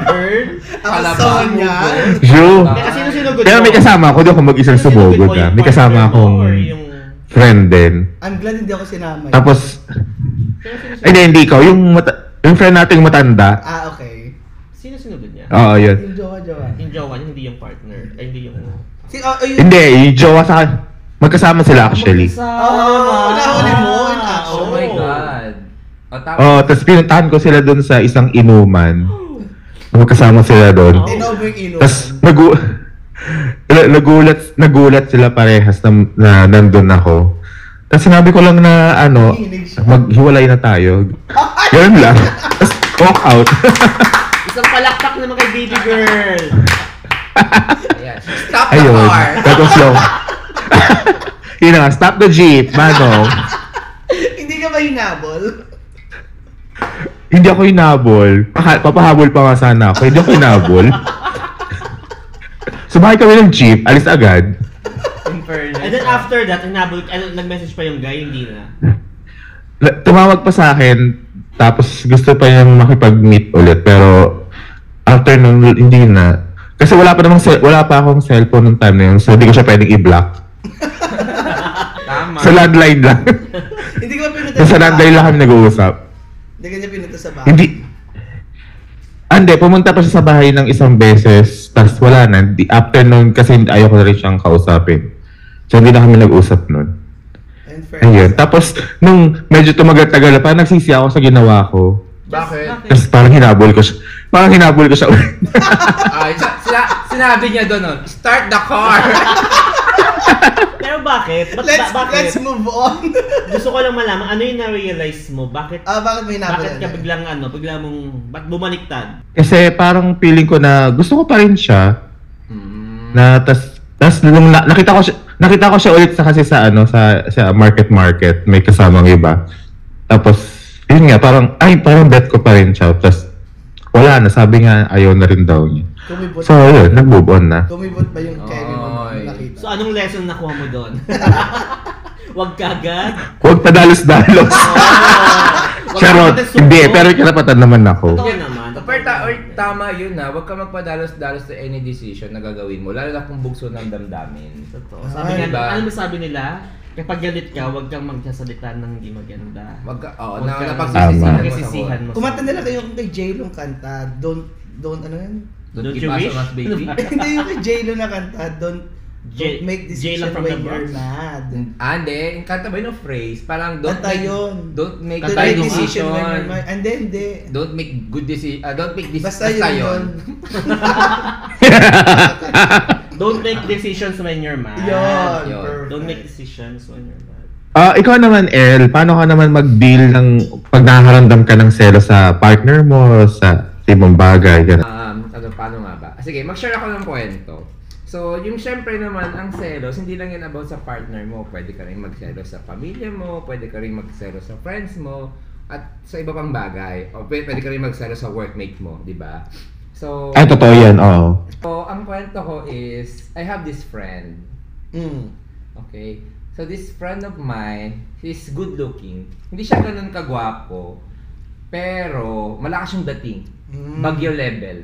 Speaker 1: Ang
Speaker 2: Alabang.
Speaker 1: song niya.
Speaker 4: Yo!
Speaker 3: May kasino-sino good
Speaker 4: Pero may
Speaker 3: mo.
Speaker 4: kasama ako, di ako mag-isang sumugod ah. May kasama akong
Speaker 3: Or yung...
Speaker 4: friend din.
Speaker 1: I'm glad hindi ako sinama.
Speaker 4: Tapos, ay hindi, hindi ikaw. Yung, mata- yung friend nating matanda.
Speaker 1: Ah, okay.
Speaker 3: Sino-sino good niya?
Speaker 4: Oo, yun.
Speaker 1: Yung jowa-jowa.
Speaker 3: Yung jowa niya, hindi yung partner. Ay, hindi yung...
Speaker 1: Si, oh, oh, yun.
Speaker 4: Hindi, yung jowa sa Magkasama sila actually.
Speaker 3: Magkasama.
Speaker 1: Oo, oo, oo. Nahuli mo, yun, ah,
Speaker 2: Ah, Oh,
Speaker 1: oo.
Speaker 2: my God. Oh, O tapos,
Speaker 4: Oo, tapos pinuntahan ko sila dun sa isang inuman. Magkasama sila dun.
Speaker 1: Tinover inuman.
Speaker 4: Tapos, nagu... [LAUGHS] na- nagulat, nagulat sila parehas na, na nandun ako. Tapos sinabi ko lang na ano,
Speaker 1: Hilig siya.
Speaker 4: maghiwalay na tayo. Ganun lang. Tapos walk out.
Speaker 3: Isang palakpak naman kay
Speaker 2: [LAUGHS]
Speaker 3: baby girl.
Speaker 2: ayan.
Speaker 1: Stop the
Speaker 4: Ayun.
Speaker 1: car.
Speaker 4: Tapos yung... [LAUGHS] Yun na nga, stop the jeep, mano.
Speaker 1: hindi ka ba hinabol?
Speaker 4: Hindi ako hinabol. Paha- papahabol pa nga sana ako. Hindi ako hinabol. Sumakay kami ng jeep, alis agad.
Speaker 2: In fairness.
Speaker 3: And then after that, hinabol, ano, nag-message pa yung guy, hindi na.
Speaker 4: La- Tumawag pa sa akin, tapos gusto pa niyang makipag-meet ulit. Pero after nun, hindi na. Kasi wala pa namang cell- wala pa akong cellphone nung time na yun, so hindi ko siya pwedeng i-block.
Speaker 2: Tama.
Speaker 4: Sa landline lang. [LAUGHS]
Speaker 1: Hindi ka ba pinuta
Speaker 4: sa landline lang kami nag-uusap.
Speaker 1: Hindi ka niya pinuta sa bahay.
Speaker 4: Hindi. Ah, Hindi, pumunta pa siya sa bahay ng isang beses, tapos wala na. Di, after nun, kasi ayaw ko na rin siyang kausapin. So, hindi na kami nag-usap nun.
Speaker 1: And fair.
Speaker 4: Ayun. Tapos, nung medyo tumagal-tagal na, parang nagsisi ako sa ginawa ko.
Speaker 2: Bakit?
Speaker 4: Tapos parang hinabol ko siya. Parang hinabol ko siya ulit.
Speaker 2: Ay, sa- Ah, sila- sinabi niya doon, nun, start the car.
Speaker 4: [LAUGHS]
Speaker 3: Pero bakit? Ba't,
Speaker 1: Let's,
Speaker 3: ba- bakit?
Speaker 1: let's move on. [LAUGHS]
Speaker 3: Gusto ko lang malaman, ano yung na-realize mo? Bakit,
Speaker 1: Ah, bakit may hinabol?
Speaker 3: bakit ka
Speaker 1: na?
Speaker 3: biglang ano, bigla mong, ba't bumaliktad?
Speaker 4: [LAUGHS] Kasi parang feeling ko na gusto ko pa rin siya.
Speaker 2: Mm.
Speaker 4: Na tas tas nung na- nakita ko siya, nakita ko siya ulit sa kasi sa ano sa sa market market may kasamang iba. Tapos yun nga parang ay parang bet ko pa rin siya. Tapos wala na sabi nga ayaw na rin daw niya.
Speaker 1: Kumibot.
Speaker 4: So yun, nag-move on na.
Speaker 1: Kumibot ba yung cherry mo
Speaker 2: Oy.
Speaker 1: nung nakita?
Speaker 3: So anong lesson nakuha mo doon?
Speaker 2: [LAUGHS]
Speaker 3: Huwag kagad.
Speaker 4: Huwag padalos-dalos. [LAUGHS]
Speaker 3: Oh,
Speaker 4: Charot. Hindi, pero kinapatan naman ako.
Speaker 3: Totoo naman.
Speaker 2: Or, ta- or tama yun na, huwag ka magpadalos-dalos sa any decision na gagawin mo, lalo na kung bugso ng damdamin.
Speaker 3: Totoo. Sabi
Speaker 1: Ay,
Speaker 3: nga,
Speaker 2: diba?
Speaker 3: ano masabi nila? Kapag galit ka, huwag kang magsasalita ng hindi maganda.
Speaker 2: Wag ka, oo,
Speaker 3: Huwag
Speaker 2: na,
Speaker 3: kang
Speaker 2: napagsisisihan
Speaker 4: Tama.
Speaker 2: mo sa
Speaker 3: nagsisisihan
Speaker 2: buwan.
Speaker 3: mo.
Speaker 1: Kumanta nila kayo kung kay J-Lo ang kanta. Don't, don't, ano yan?
Speaker 2: Don't
Speaker 3: Don't
Speaker 2: give
Speaker 3: you
Speaker 2: us
Speaker 3: wish?
Speaker 2: on us, baby.
Speaker 1: [LAUGHS]
Speaker 3: [LAUGHS]
Speaker 1: Hindi yung kay J-Lo na kanta. Don't,
Speaker 3: J-
Speaker 1: don't make decision
Speaker 3: J-Lo from
Speaker 1: when
Speaker 3: the
Speaker 1: you're
Speaker 3: Bronx.
Speaker 1: mad.
Speaker 2: Ah, hindi. Yung kanta ba yun ng phrase? Parang don't
Speaker 1: Kanta
Speaker 2: make,
Speaker 1: yun.
Speaker 2: don't make
Speaker 1: Don't
Speaker 3: Kanta
Speaker 2: bad
Speaker 1: make
Speaker 3: yun, ah.
Speaker 1: decision
Speaker 2: decision.
Speaker 1: when you're mad. Hindi, hindi.
Speaker 2: Don't make good decision. don't make decision.
Speaker 1: Basta yun yun.
Speaker 3: Don't make decisions when you're mad.
Speaker 1: Yun.
Speaker 2: Yun.
Speaker 1: perfect.
Speaker 3: Ah, Don't make decisions when you're mad.
Speaker 4: Ah, ikaw naman, El, paano ka naman mag-deal ng pag nakaramdam ka ng selos sa partner mo, sa ibang bagay, gano'n?
Speaker 2: Um, ano, paano nga ba? Sige, mag-share ako ng kwento. So, yung syempre naman, ang selos, hindi lang yan about sa partner mo. Pwede ka rin magselos sa pamilya mo, pwede ka rin magselos sa friends mo, at sa iba pang bagay. O pwede, pwede ka rin magselos sa workmate mo, di ba? So,
Speaker 4: Ay, totoo yan, oo.
Speaker 2: so, ang kwento ko is, I have this friend.
Speaker 1: Mm.
Speaker 2: Okay? So, this friend of mine, he's good looking. Hindi siya ganun kagwapo, pero malakas yung dating.
Speaker 1: Mm.
Speaker 2: Bagyo level.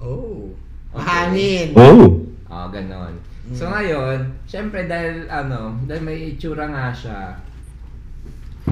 Speaker 1: Oh.
Speaker 2: Okay.
Speaker 1: Hangin.
Speaker 4: Oh,
Speaker 2: Oo, Ah, ganon.
Speaker 1: Mm.
Speaker 2: So ngayon, syempre dahil ano, dahil may itsura nga siya,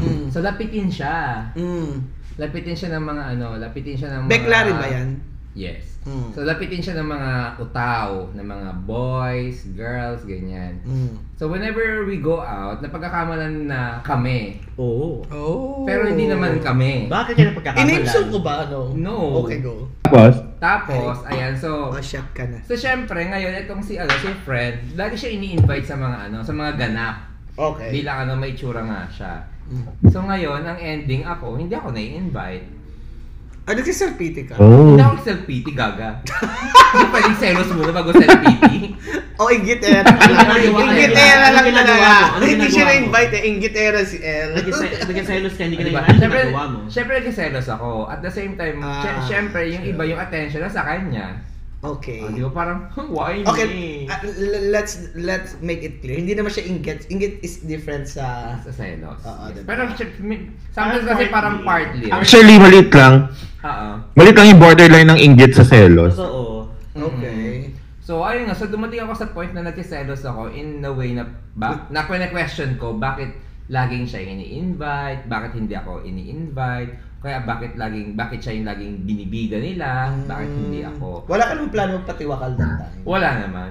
Speaker 1: Mm.
Speaker 2: so lapitin siya.
Speaker 1: Mm.
Speaker 2: Lapitin siya ng mga ano, lapitin siya ng mga...
Speaker 1: Beklari ba yan?
Speaker 2: Yes.
Speaker 1: Mm.
Speaker 2: So lapitin siya ng mga utaw, ng mga boys, girls, ganyan.
Speaker 1: Mm.
Speaker 2: So whenever we go out, napagkakamalan na kami.
Speaker 3: Oo.
Speaker 1: Oh.
Speaker 2: Pero hindi naman kami.
Speaker 3: Bakit ka napagkakamalan?
Speaker 1: Inimsong ko ba ano?
Speaker 2: No.
Speaker 1: Okay, go.
Speaker 4: tapos?
Speaker 2: Tapos, ayan, so...
Speaker 1: Oh, shock ka na.
Speaker 2: So syempre, ngayon itong si ano, si friend, lagi siya ini-invite sa mga ano, sa mga ganap.
Speaker 1: Okay.
Speaker 2: Bilang ano, may tsura nga siya.
Speaker 1: Mm.
Speaker 2: So ngayon, ang ending ako, hindi ako na-invite.
Speaker 1: Ah, nagsiselfie ka?
Speaker 4: Oh.
Speaker 2: Hindi ako self-pity, gaga. Hindi pwedeng serious muna bago self-pity.
Speaker 1: Oh, inggit era talaga.
Speaker 3: Ano ginagawa
Speaker 1: inggit
Speaker 3: niya?
Speaker 1: era
Speaker 3: Ano
Speaker 1: lang
Speaker 3: ginagawa
Speaker 1: talaga.
Speaker 3: mo? Ano
Speaker 1: Hindi siya
Speaker 3: ginagawa mo?
Speaker 1: na-invite eh. Inggit era si El.
Speaker 3: Nagkaselos ka, hindi ka
Speaker 2: Ah, Di
Speaker 3: na
Speaker 2: ba?
Speaker 3: yung
Speaker 2: Siyempre,
Speaker 3: nagawa mo.
Speaker 2: siyempre nagsiselos ako. At the same time,
Speaker 1: Ah.
Speaker 2: sy- siyempre, yung iba yung attention na sa kanya.
Speaker 1: Okay.
Speaker 2: O, Ah, di ba? Parang, [LAUGHS] why me?
Speaker 1: Okay, ah, l- let's let's make it clear. Hindi naman siya inggit. Inggit is different sa
Speaker 2: Sa selos.
Speaker 1: Oo,
Speaker 2: Yes.
Speaker 1: diba?
Speaker 2: Pero syempre, may- sometimes kasi
Speaker 3: Parang
Speaker 2: parang
Speaker 3: partly.
Speaker 2: partly.
Speaker 4: Actually, maliit lang.
Speaker 2: Oo.
Speaker 4: Maliit lang yung borderline ng inggit sa selos.
Speaker 3: Totoo.
Speaker 1: Okay.
Speaker 2: So, ayun nga. So, dumating ako sa point na nagsiselos ako in a way na, ba, na question ko, bakit laging siya yung ini-invite, bakit hindi ako ini-invite, kaya bakit laging bakit siya yung laging binibida nila, bakit hindi
Speaker 1: Hmm.
Speaker 2: ako.
Speaker 1: Wala ka namang plano magpatiwakal ng time.
Speaker 2: Wala naman.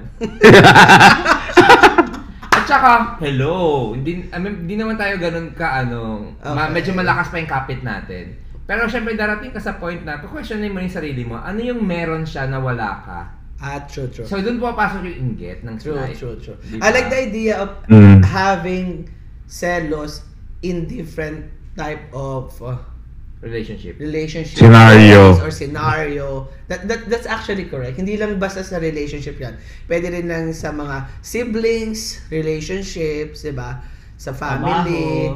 Speaker 2: At saka, hello, hindi, I mean, hindi naman tayo ganun ka, ano, ma-
Speaker 1: Okay.
Speaker 2: medyo malakas pa yung kapit natin. Pero syempre darating ka sa point na, questionin mo yung sarili mo, ano yung meron siya na wala ka?
Speaker 1: Ah, true, true.
Speaker 2: So doon papasok yung inggit ng
Speaker 1: True,
Speaker 2: slide.
Speaker 1: true, true.
Speaker 2: Di
Speaker 1: I
Speaker 2: ba?
Speaker 1: like the idea of
Speaker 4: Mm.
Speaker 1: having celos in different type of uh,
Speaker 2: Relationship.
Speaker 1: relationship
Speaker 4: Scenario.
Speaker 1: or scenario. That, that that's actually correct. Hindi lang basta sa relationship 'yan. Pwede rin lang sa mga siblings, relationships, 'di ba? Sa family,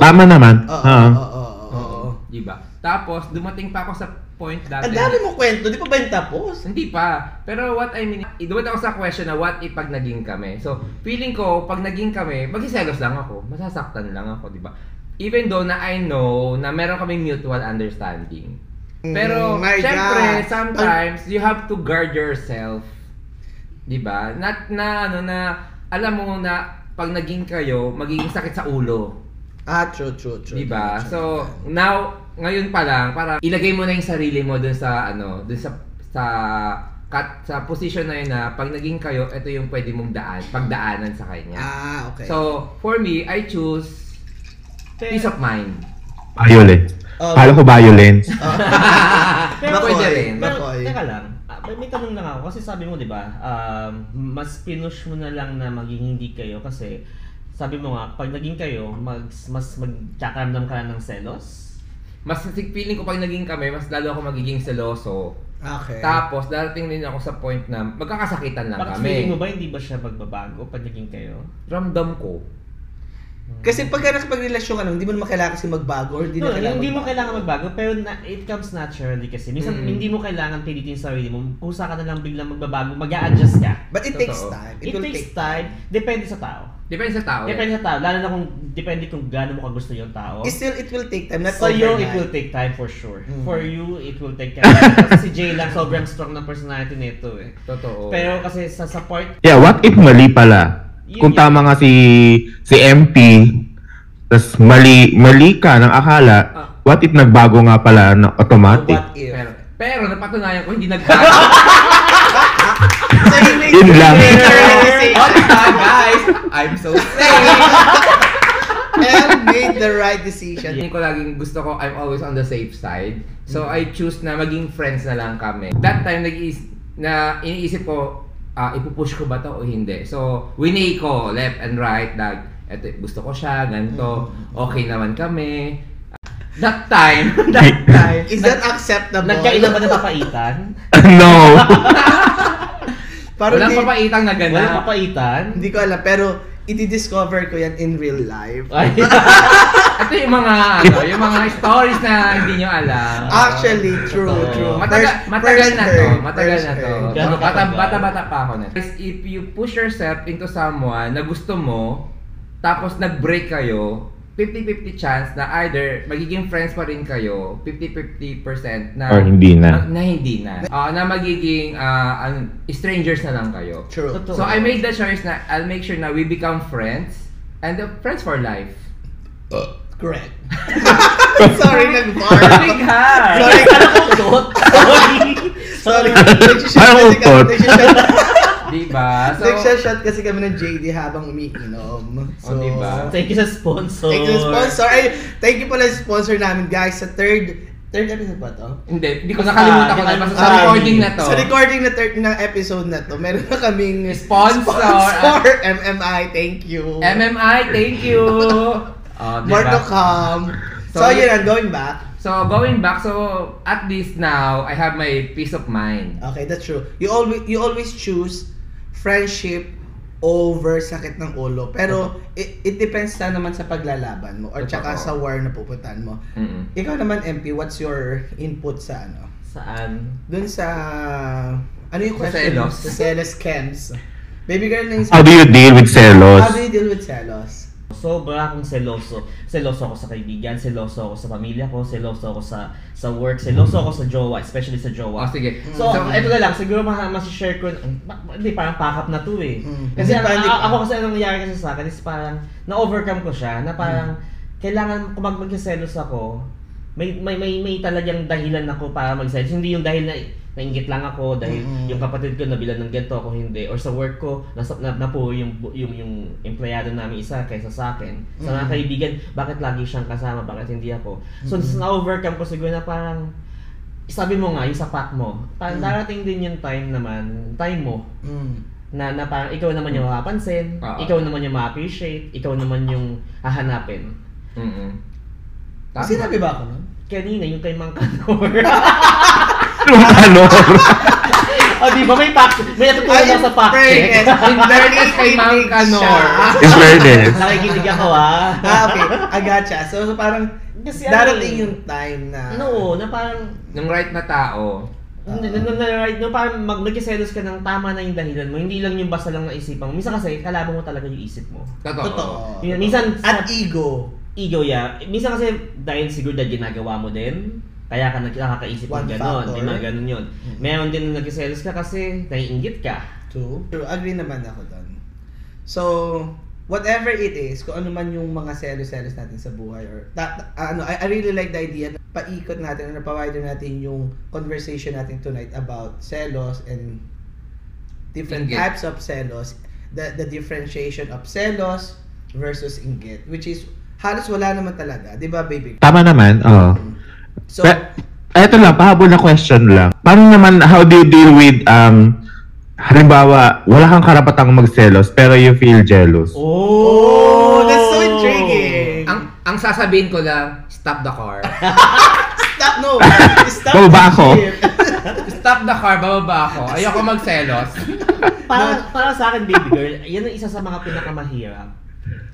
Speaker 1: trabaho.
Speaker 4: Tama naman.
Speaker 1: Oo,
Speaker 4: Ah.
Speaker 1: oo, oo, oo.
Speaker 2: Di ba? Tapos dumating pa ako sa point dati.
Speaker 1: Ang dami mo kwento, di pa ba yung tapos?
Speaker 2: Hindi pa. Pero what I mean, dumating ako sa question na what if pag naging kami. So, feeling ko, pag naging kami, magsiselos lang ako. Masasaktan lang ako, di ba? Even though na I know na meron kaming mutual understanding.
Speaker 1: Mm,
Speaker 2: Pero,
Speaker 1: my
Speaker 2: syempre,
Speaker 1: God.
Speaker 2: sometimes you have to guard yourself. Di ba? Not na, ano, na, alam mo na pag naging kayo, magiging sakit sa ulo.
Speaker 1: Ah, true, true, true.
Speaker 2: Di ba?
Speaker 1: true, true.
Speaker 2: Diba? So, now, ngayon pa lang, para ilagay mo na yung sarili mo dun sa, ano, dun sa, sa, kat, sa position na yun na pag naging kayo, ito yung pwede mong daan, pagdaanan sa kanya.
Speaker 1: ah, okay. [LAUGHS]
Speaker 2: So, [LAUGHS] for me, I choose peace of mind.
Speaker 4: Violence.
Speaker 1: Oh.
Speaker 4: Kala ko violence.
Speaker 2: Pero pwede rin.
Speaker 1: Bakoy.
Speaker 3: Pero, teka lang, ah, may- may tanong lang ako kasi sabi mo, di ba, um, mas pinush mo na lang na maging hindi kayo kasi sabi mo nga, pag naging kayo, mag, mas magkakaramdam ka na ng selos?
Speaker 2: Mas sig- feeling ko pag naging kami, mas lalo ako magiging seloso.
Speaker 1: Okay.
Speaker 2: Tapos, darating din ako sa point na magkakasakitan lang
Speaker 3: Bakit feeling
Speaker 2: kami.
Speaker 3: mo ba hindi ba siya magbabago pag naging kayo?
Speaker 2: Ramdam ko.
Speaker 1: Kasi pag nakipagrelasyon ka lang, ano, hindi mo naman kailangan kasi magbago or hindi
Speaker 3: no,
Speaker 1: na kailangan
Speaker 3: Hmm, hindi mo
Speaker 1: magbago. Hmm.
Speaker 3: kailangan magbago, pero na, it comes naturally kasi. Minsan,
Speaker 2: Mm.
Speaker 3: hindi mo kailangan pilitin sa sarili mo. Kusa ka na lang biglang magbabago, mag adjust ka.
Speaker 1: But it takes
Speaker 2: Totoo.
Speaker 1: time. It,
Speaker 3: It,
Speaker 1: will take
Speaker 3: takes time. Depende sa tao.
Speaker 2: Depende sa tao. eh.
Speaker 3: Depende sa tao. Lalo na kung, depende kung gaano mo kagusto yung tao.
Speaker 1: It's still, it will take time. Not
Speaker 3: For you, it
Speaker 1: overnight.
Speaker 3: will take time for sure.
Speaker 1: Mm.
Speaker 3: For you, it will take time. [LAUGHS] kasi si Jay lang, sobrang strong ng personality nito eh.
Speaker 1: Oh.
Speaker 2: Totoo.
Speaker 3: Pero kasi sa support,
Speaker 4: Yeah, what if mali pala?
Speaker 3: Yun
Speaker 4: Kung
Speaker 3: yun.
Speaker 4: tama nga si si MP, tas mali mali ka ng akala,
Speaker 2: Ah.
Speaker 4: what if nagbago nga pala na automatic?
Speaker 1: What if?
Speaker 2: pero, pero napatunayan ko hindi nagbago.
Speaker 1: ah, [LAUGHS] Tahimik.
Speaker 4: Yun lang.
Speaker 2: [LAUGHS] All the
Speaker 1: [LAUGHS]
Speaker 2: time, guys. I'm so safe.
Speaker 1: Elle made the right decision.
Speaker 2: Hindi ko laging gusto ko, I'm always on the safe side. So
Speaker 1: Mm.
Speaker 2: I choose na maging friends na lang kami. That time, nag na iniisip ko, ah, ipupush ko ba to o hindi. So, winay ko, left and right, nag, eto, gusto ko siya, ganito,
Speaker 1: Mm.
Speaker 2: okay naman kami. That time, [LAUGHS] that time,
Speaker 1: Is that acceptable?
Speaker 3: nagkailan ba na
Speaker 1: [LAUGHS]
Speaker 3: papaitan?
Speaker 4: [LAUGHS] no.
Speaker 1: Parang
Speaker 2: walang
Speaker 1: di-
Speaker 2: papaitang na ganap.
Speaker 3: Walang
Speaker 1: [LAUGHS]
Speaker 3: papaitan?
Speaker 1: Hindi ko alam, pero i-discover ko yan in real life.
Speaker 3: Ay,
Speaker 2: Ito yung mga, ano, yung mga stories na hindi nyo alam.
Speaker 1: Actually, true,
Speaker 3: Totoo.
Speaker 1: true.
Speaker 2: Matagal,
Speaker 1: First-
Speaker 2: matagal
Speaker 1: first
Speaker 2: na to.
Speaker 1: earned,
Speaker 2: Matagal
Speaker 1: first
Speaker 2: na to.
Speaker 1: earned.
Speaker 3: Gano'n
Speaker 2: Bata,
Speaker 3: katagal?
Speaker 2: bata, bata pa ako na. Guys, If you push yourself into someone na gusto mo, tapos nag-break kayo, 50-50 chance na either magiging friends pa rin kayo, 50-50% na
Speaker 4: Or hindi na.
Speaker 2: na hindi na. Ah, na magiging ah, ano, strangers na lang kayo.
Speaker 1: True.
Speaker 3: Totoo.
Speaker 2: So I made the choice na I'll make sure na we become friends and uh, friends for life.
Speaker 1: Correct. [LAUGHS] Sorry, nag-bar.
Speaker 2: [LAUGHS] Sorry.
Speaker 1: Sorry,
Speaker 3: Ano ko [LAUGHS] tot? Sorry!
Speaker 1: Sorry.
Speaker 4: Parang utot.
Speaker 1: [LAUGHS]
Speaker 2: Diba? So,
Speaker 1: Nagsashot kasi kami ng JD habang umiinom. So,
Speaker 2: Oh, diba?
Speaker 3: Thank you sa sponsor.
Speaker 1: Thank you sa sponsor. Ay, thank you pala sa sponsor namin, guys. Sa third, third episode ba to?
Speaker 2: hindi, hindi ko nakalimutan ano ko na. Basta sa
Speaker 3: Ah,
Speaker 2: recording na to.
Speaker 1: Sa recording na third na episode na to, meron na kaming
Speaker 2: Sponsor.
Speaker 1: sponsor, MMI, thank you.
Speaker 2: MMI, thank you! Oh,
Speaker 1: diba? More to come. So,
Speaker 2: So,
Speaker 1: yun, I'm going back.
Speaker 2: So, going back, so at least now, I have my peace of mind.
Speaker 1: Okay, that's true. You always you always choose friendship over sakit ng ulo. Pero it, it depends na naman sa paglalaban mo or tsaka
Speaker 2: Totoo. Hmm.
Speaker 1: sa war na pupuntahan mo.
Speaker 2: Mm-mm.
Speaker 1: Ikaw naman MP, what's your input sa ano?
Speaker 3: Saan?
Speaker 1: Dun sa ano yung
Speaker 2: Sa
Speaker 1: question?
Speaker 2: selos.
Speaker 1: Sa selos camps. Baby girl na
Speaker 4: How do you deal with Ah, selos?
Speaker 1: How do you deal with selos?
Speaker 3: Sobra akong seloso. Seloso ako sa kaibigan, seloso ako sa pamilya ko, seloso ako sa sa work, seloso ako sa jowa, especially sa
Speaker 2: Oh,
Speaker 3: jowa.
Speaker 2: sige.
Speaker 1: Hmm.
Speaker 3: So, ito na lang, siguro ma masishare ko, um, ma- ma- hindi, parang pakap na to eh.
Speaker 1: Mm.
Speaker 3: Kasi
Speaker 1: Hindi,
Speaker 3: ang-
Speaker 1: panic.
Speaker 3: a- ako kasi anong nangyari kasi sa akin is parang na-overcome ko siya, na parang kailangan, kung mag magkiselos ako, may, may, may, may talagang dahilan ako para magselos. Hindi yung dahil na nainggit lang ako dahil
Speaker 1: Mm-mm.
Speaker 3: yung kapatid ko nabilan ng ganito ako hindi or sa work ko nasa, na, napuho yung, yung yung empleyado namin isa kaysa sa akin sa mga
Speaker 1: Mm-mm.
Speaker 3: kaibigan bakit lagi siyang kasama bakit hindi ako so
Speaker 1: Hmm.
Speaker 3: na-overcome ko siguro na parang sabi mo nga, yung sapat mo, parang
Speaker 1: Mm.
Speaker 3: darating din yung time naman, time mo,
Speaker 1: Mm.
Speaker 3: na, na parang ikaw naman yung mapapansin,
Speaker 2: Oo.
Speaker 3: ikaw naman yung ma-appreciate, ikaw naman yung hahanapin.
Speaker 2: Mm-mm. Tama.
Speaker 1: Sinabi ba ako nun?
Speaker 3: Kanina, yung kay Mang Kanor.
Speaker 4: [LAUGHS] Anong ano?
Speaker 3: o di ba, may fact, may natutunan lang sa fact check.
Speaker 2: In fairness kay Mang Kanor.
Speaker 4: In fairness.
Speaker 3: Nakikinig ako ah.
Speaker 1: ah, okay. I gotcha. So, so parang
Speaker 3: Kasi ano
Speaker 1: darating
Speaker 3: eh. Ano?
Speaker 1: yung time na...
Speaker 3: No, na parang,
Speaker 2: Nung right na tao.
Speaker 3: na, na, na, na- right, no, parang mag nagkiselos ka ng tama na yung dahilan mo, hindi lang yung basta lang naisipan mo. Minsan kasi, kalaban mo talaga yung isip mo.
Speaker 2: Totoo.
Speaker 1: Totoo.
Speaker 3: Yun, minsan,
Speaker 1: At ego.
Speaker 3: ego yeah. Minsan kasi dahil siguro dahil ginagawa mo din, kaya ka nag- nakakaisip ng
Speaker 1: One
Speaker 3: gano'n,
Speaker 1: factor.
Speaker 3: di ba gano'n yun.
Speaker 1: Mhm.
Speaker 3: Meron din na nagsiselos ka kasi naiinggit ka.
Speaker 1: True. True. Agree naman ako doon. So, whatever it is, kung ano man yung mga selos-selos natin sa buhay or ta- ta- ano, I, I really like the idea na paikot natin or provider natin yung conversation natin tonight about selos and different
Speaker 2: Inggit.
Speaker 1: types of selos, the the differentiation of selos versus inggit, which is halos wala naman talaga, 'di ba, baby?
Speaker 4: Tama Eh. naman, oo.
Speaker 1: So,
Speaker 4: Pe- eto lang, pahabol na question lang. Paano naman, how do you deal with, um, halimbawa, wala kang karapatang magselos, pero you feel jealous?
Speaker 1: oh, that's so intriguing.
Speaker 2: Ang, ang sasabihin ko lang, stop the car.
Speaker 1: Stop no.
Speaker 4: [LAUGHS]
Speaker 1: Stop.
Speaker 4: Baba
Speaker 1: the
Speaker 4: ako.
Speaker 1: ship.
Speaker 2: Stop the car, bababa ako. Ayoko magselos.
Speaker 3: Ah, Para, para sa akin, baby girl, [LAUGHS] yan ang isa sa mga pinakamahirap.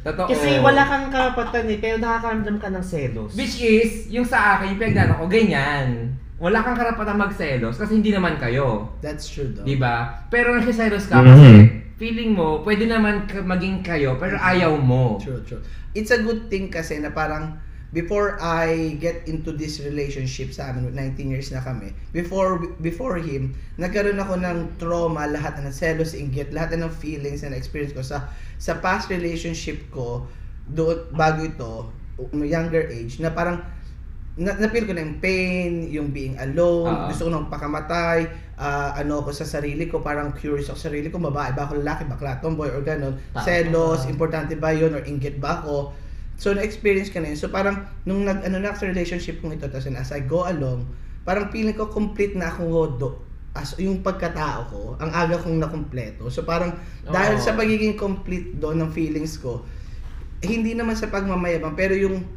Speaker 2: Totoo.
Speaker 3: Kasi wala kang karapatan eh, pero nakakaramdam ka ng selos.
Speaker 2: Which is, yung sa akin, yung pinagdano ko, ganyan. Wala kang karapatang magselos kasi hindi naman kayo.
Speaker 1: That's true though.
Speaker 2: Di ba? Pero nagsiselos ka kasi
Speaker 4: Mhm.
Speaker 2: feeling mo, pwede naman ka- maging kayo, pero ayaw mo.
Speaker 1: Mm-hmm. True, true. It's a good thing kasi na parang before I get into this relationship sa amin, 19 years na kami, before before him, nagkaroon ako ng trauma, lahat na ng selos, inggit, lahat na ng feelings na experience ko sa sa past relationship ko doon bago ito, younger age, na parang na, na-feel ko na yung pain, yung being alone,
Speaker 2: Ah.
Speaker 1: gusto ko nang pakamatay, ah, ano ako sa sarili ko, parang curious ako sa sarili ko, babae ba ako, lalaki, bakla, tomboy, or ganun.
Speaker 3: Tama.
Speaker 1: Selos, importante ba yun, or inggit ba ako? So, na-experience ko na yun. So, parang, nung nag, ano na ako sa relationship kong ito, tapos as I go along, parang feeling ko complete na ako do, as yung pagkatao ko, ang aga kong nakumpleto. So, parang, dahil
Speaker 2: Oo.
Speaker 1: sa pagiging complete doon ng feelings ko, hindi naman sa pagmamayabang, pero yung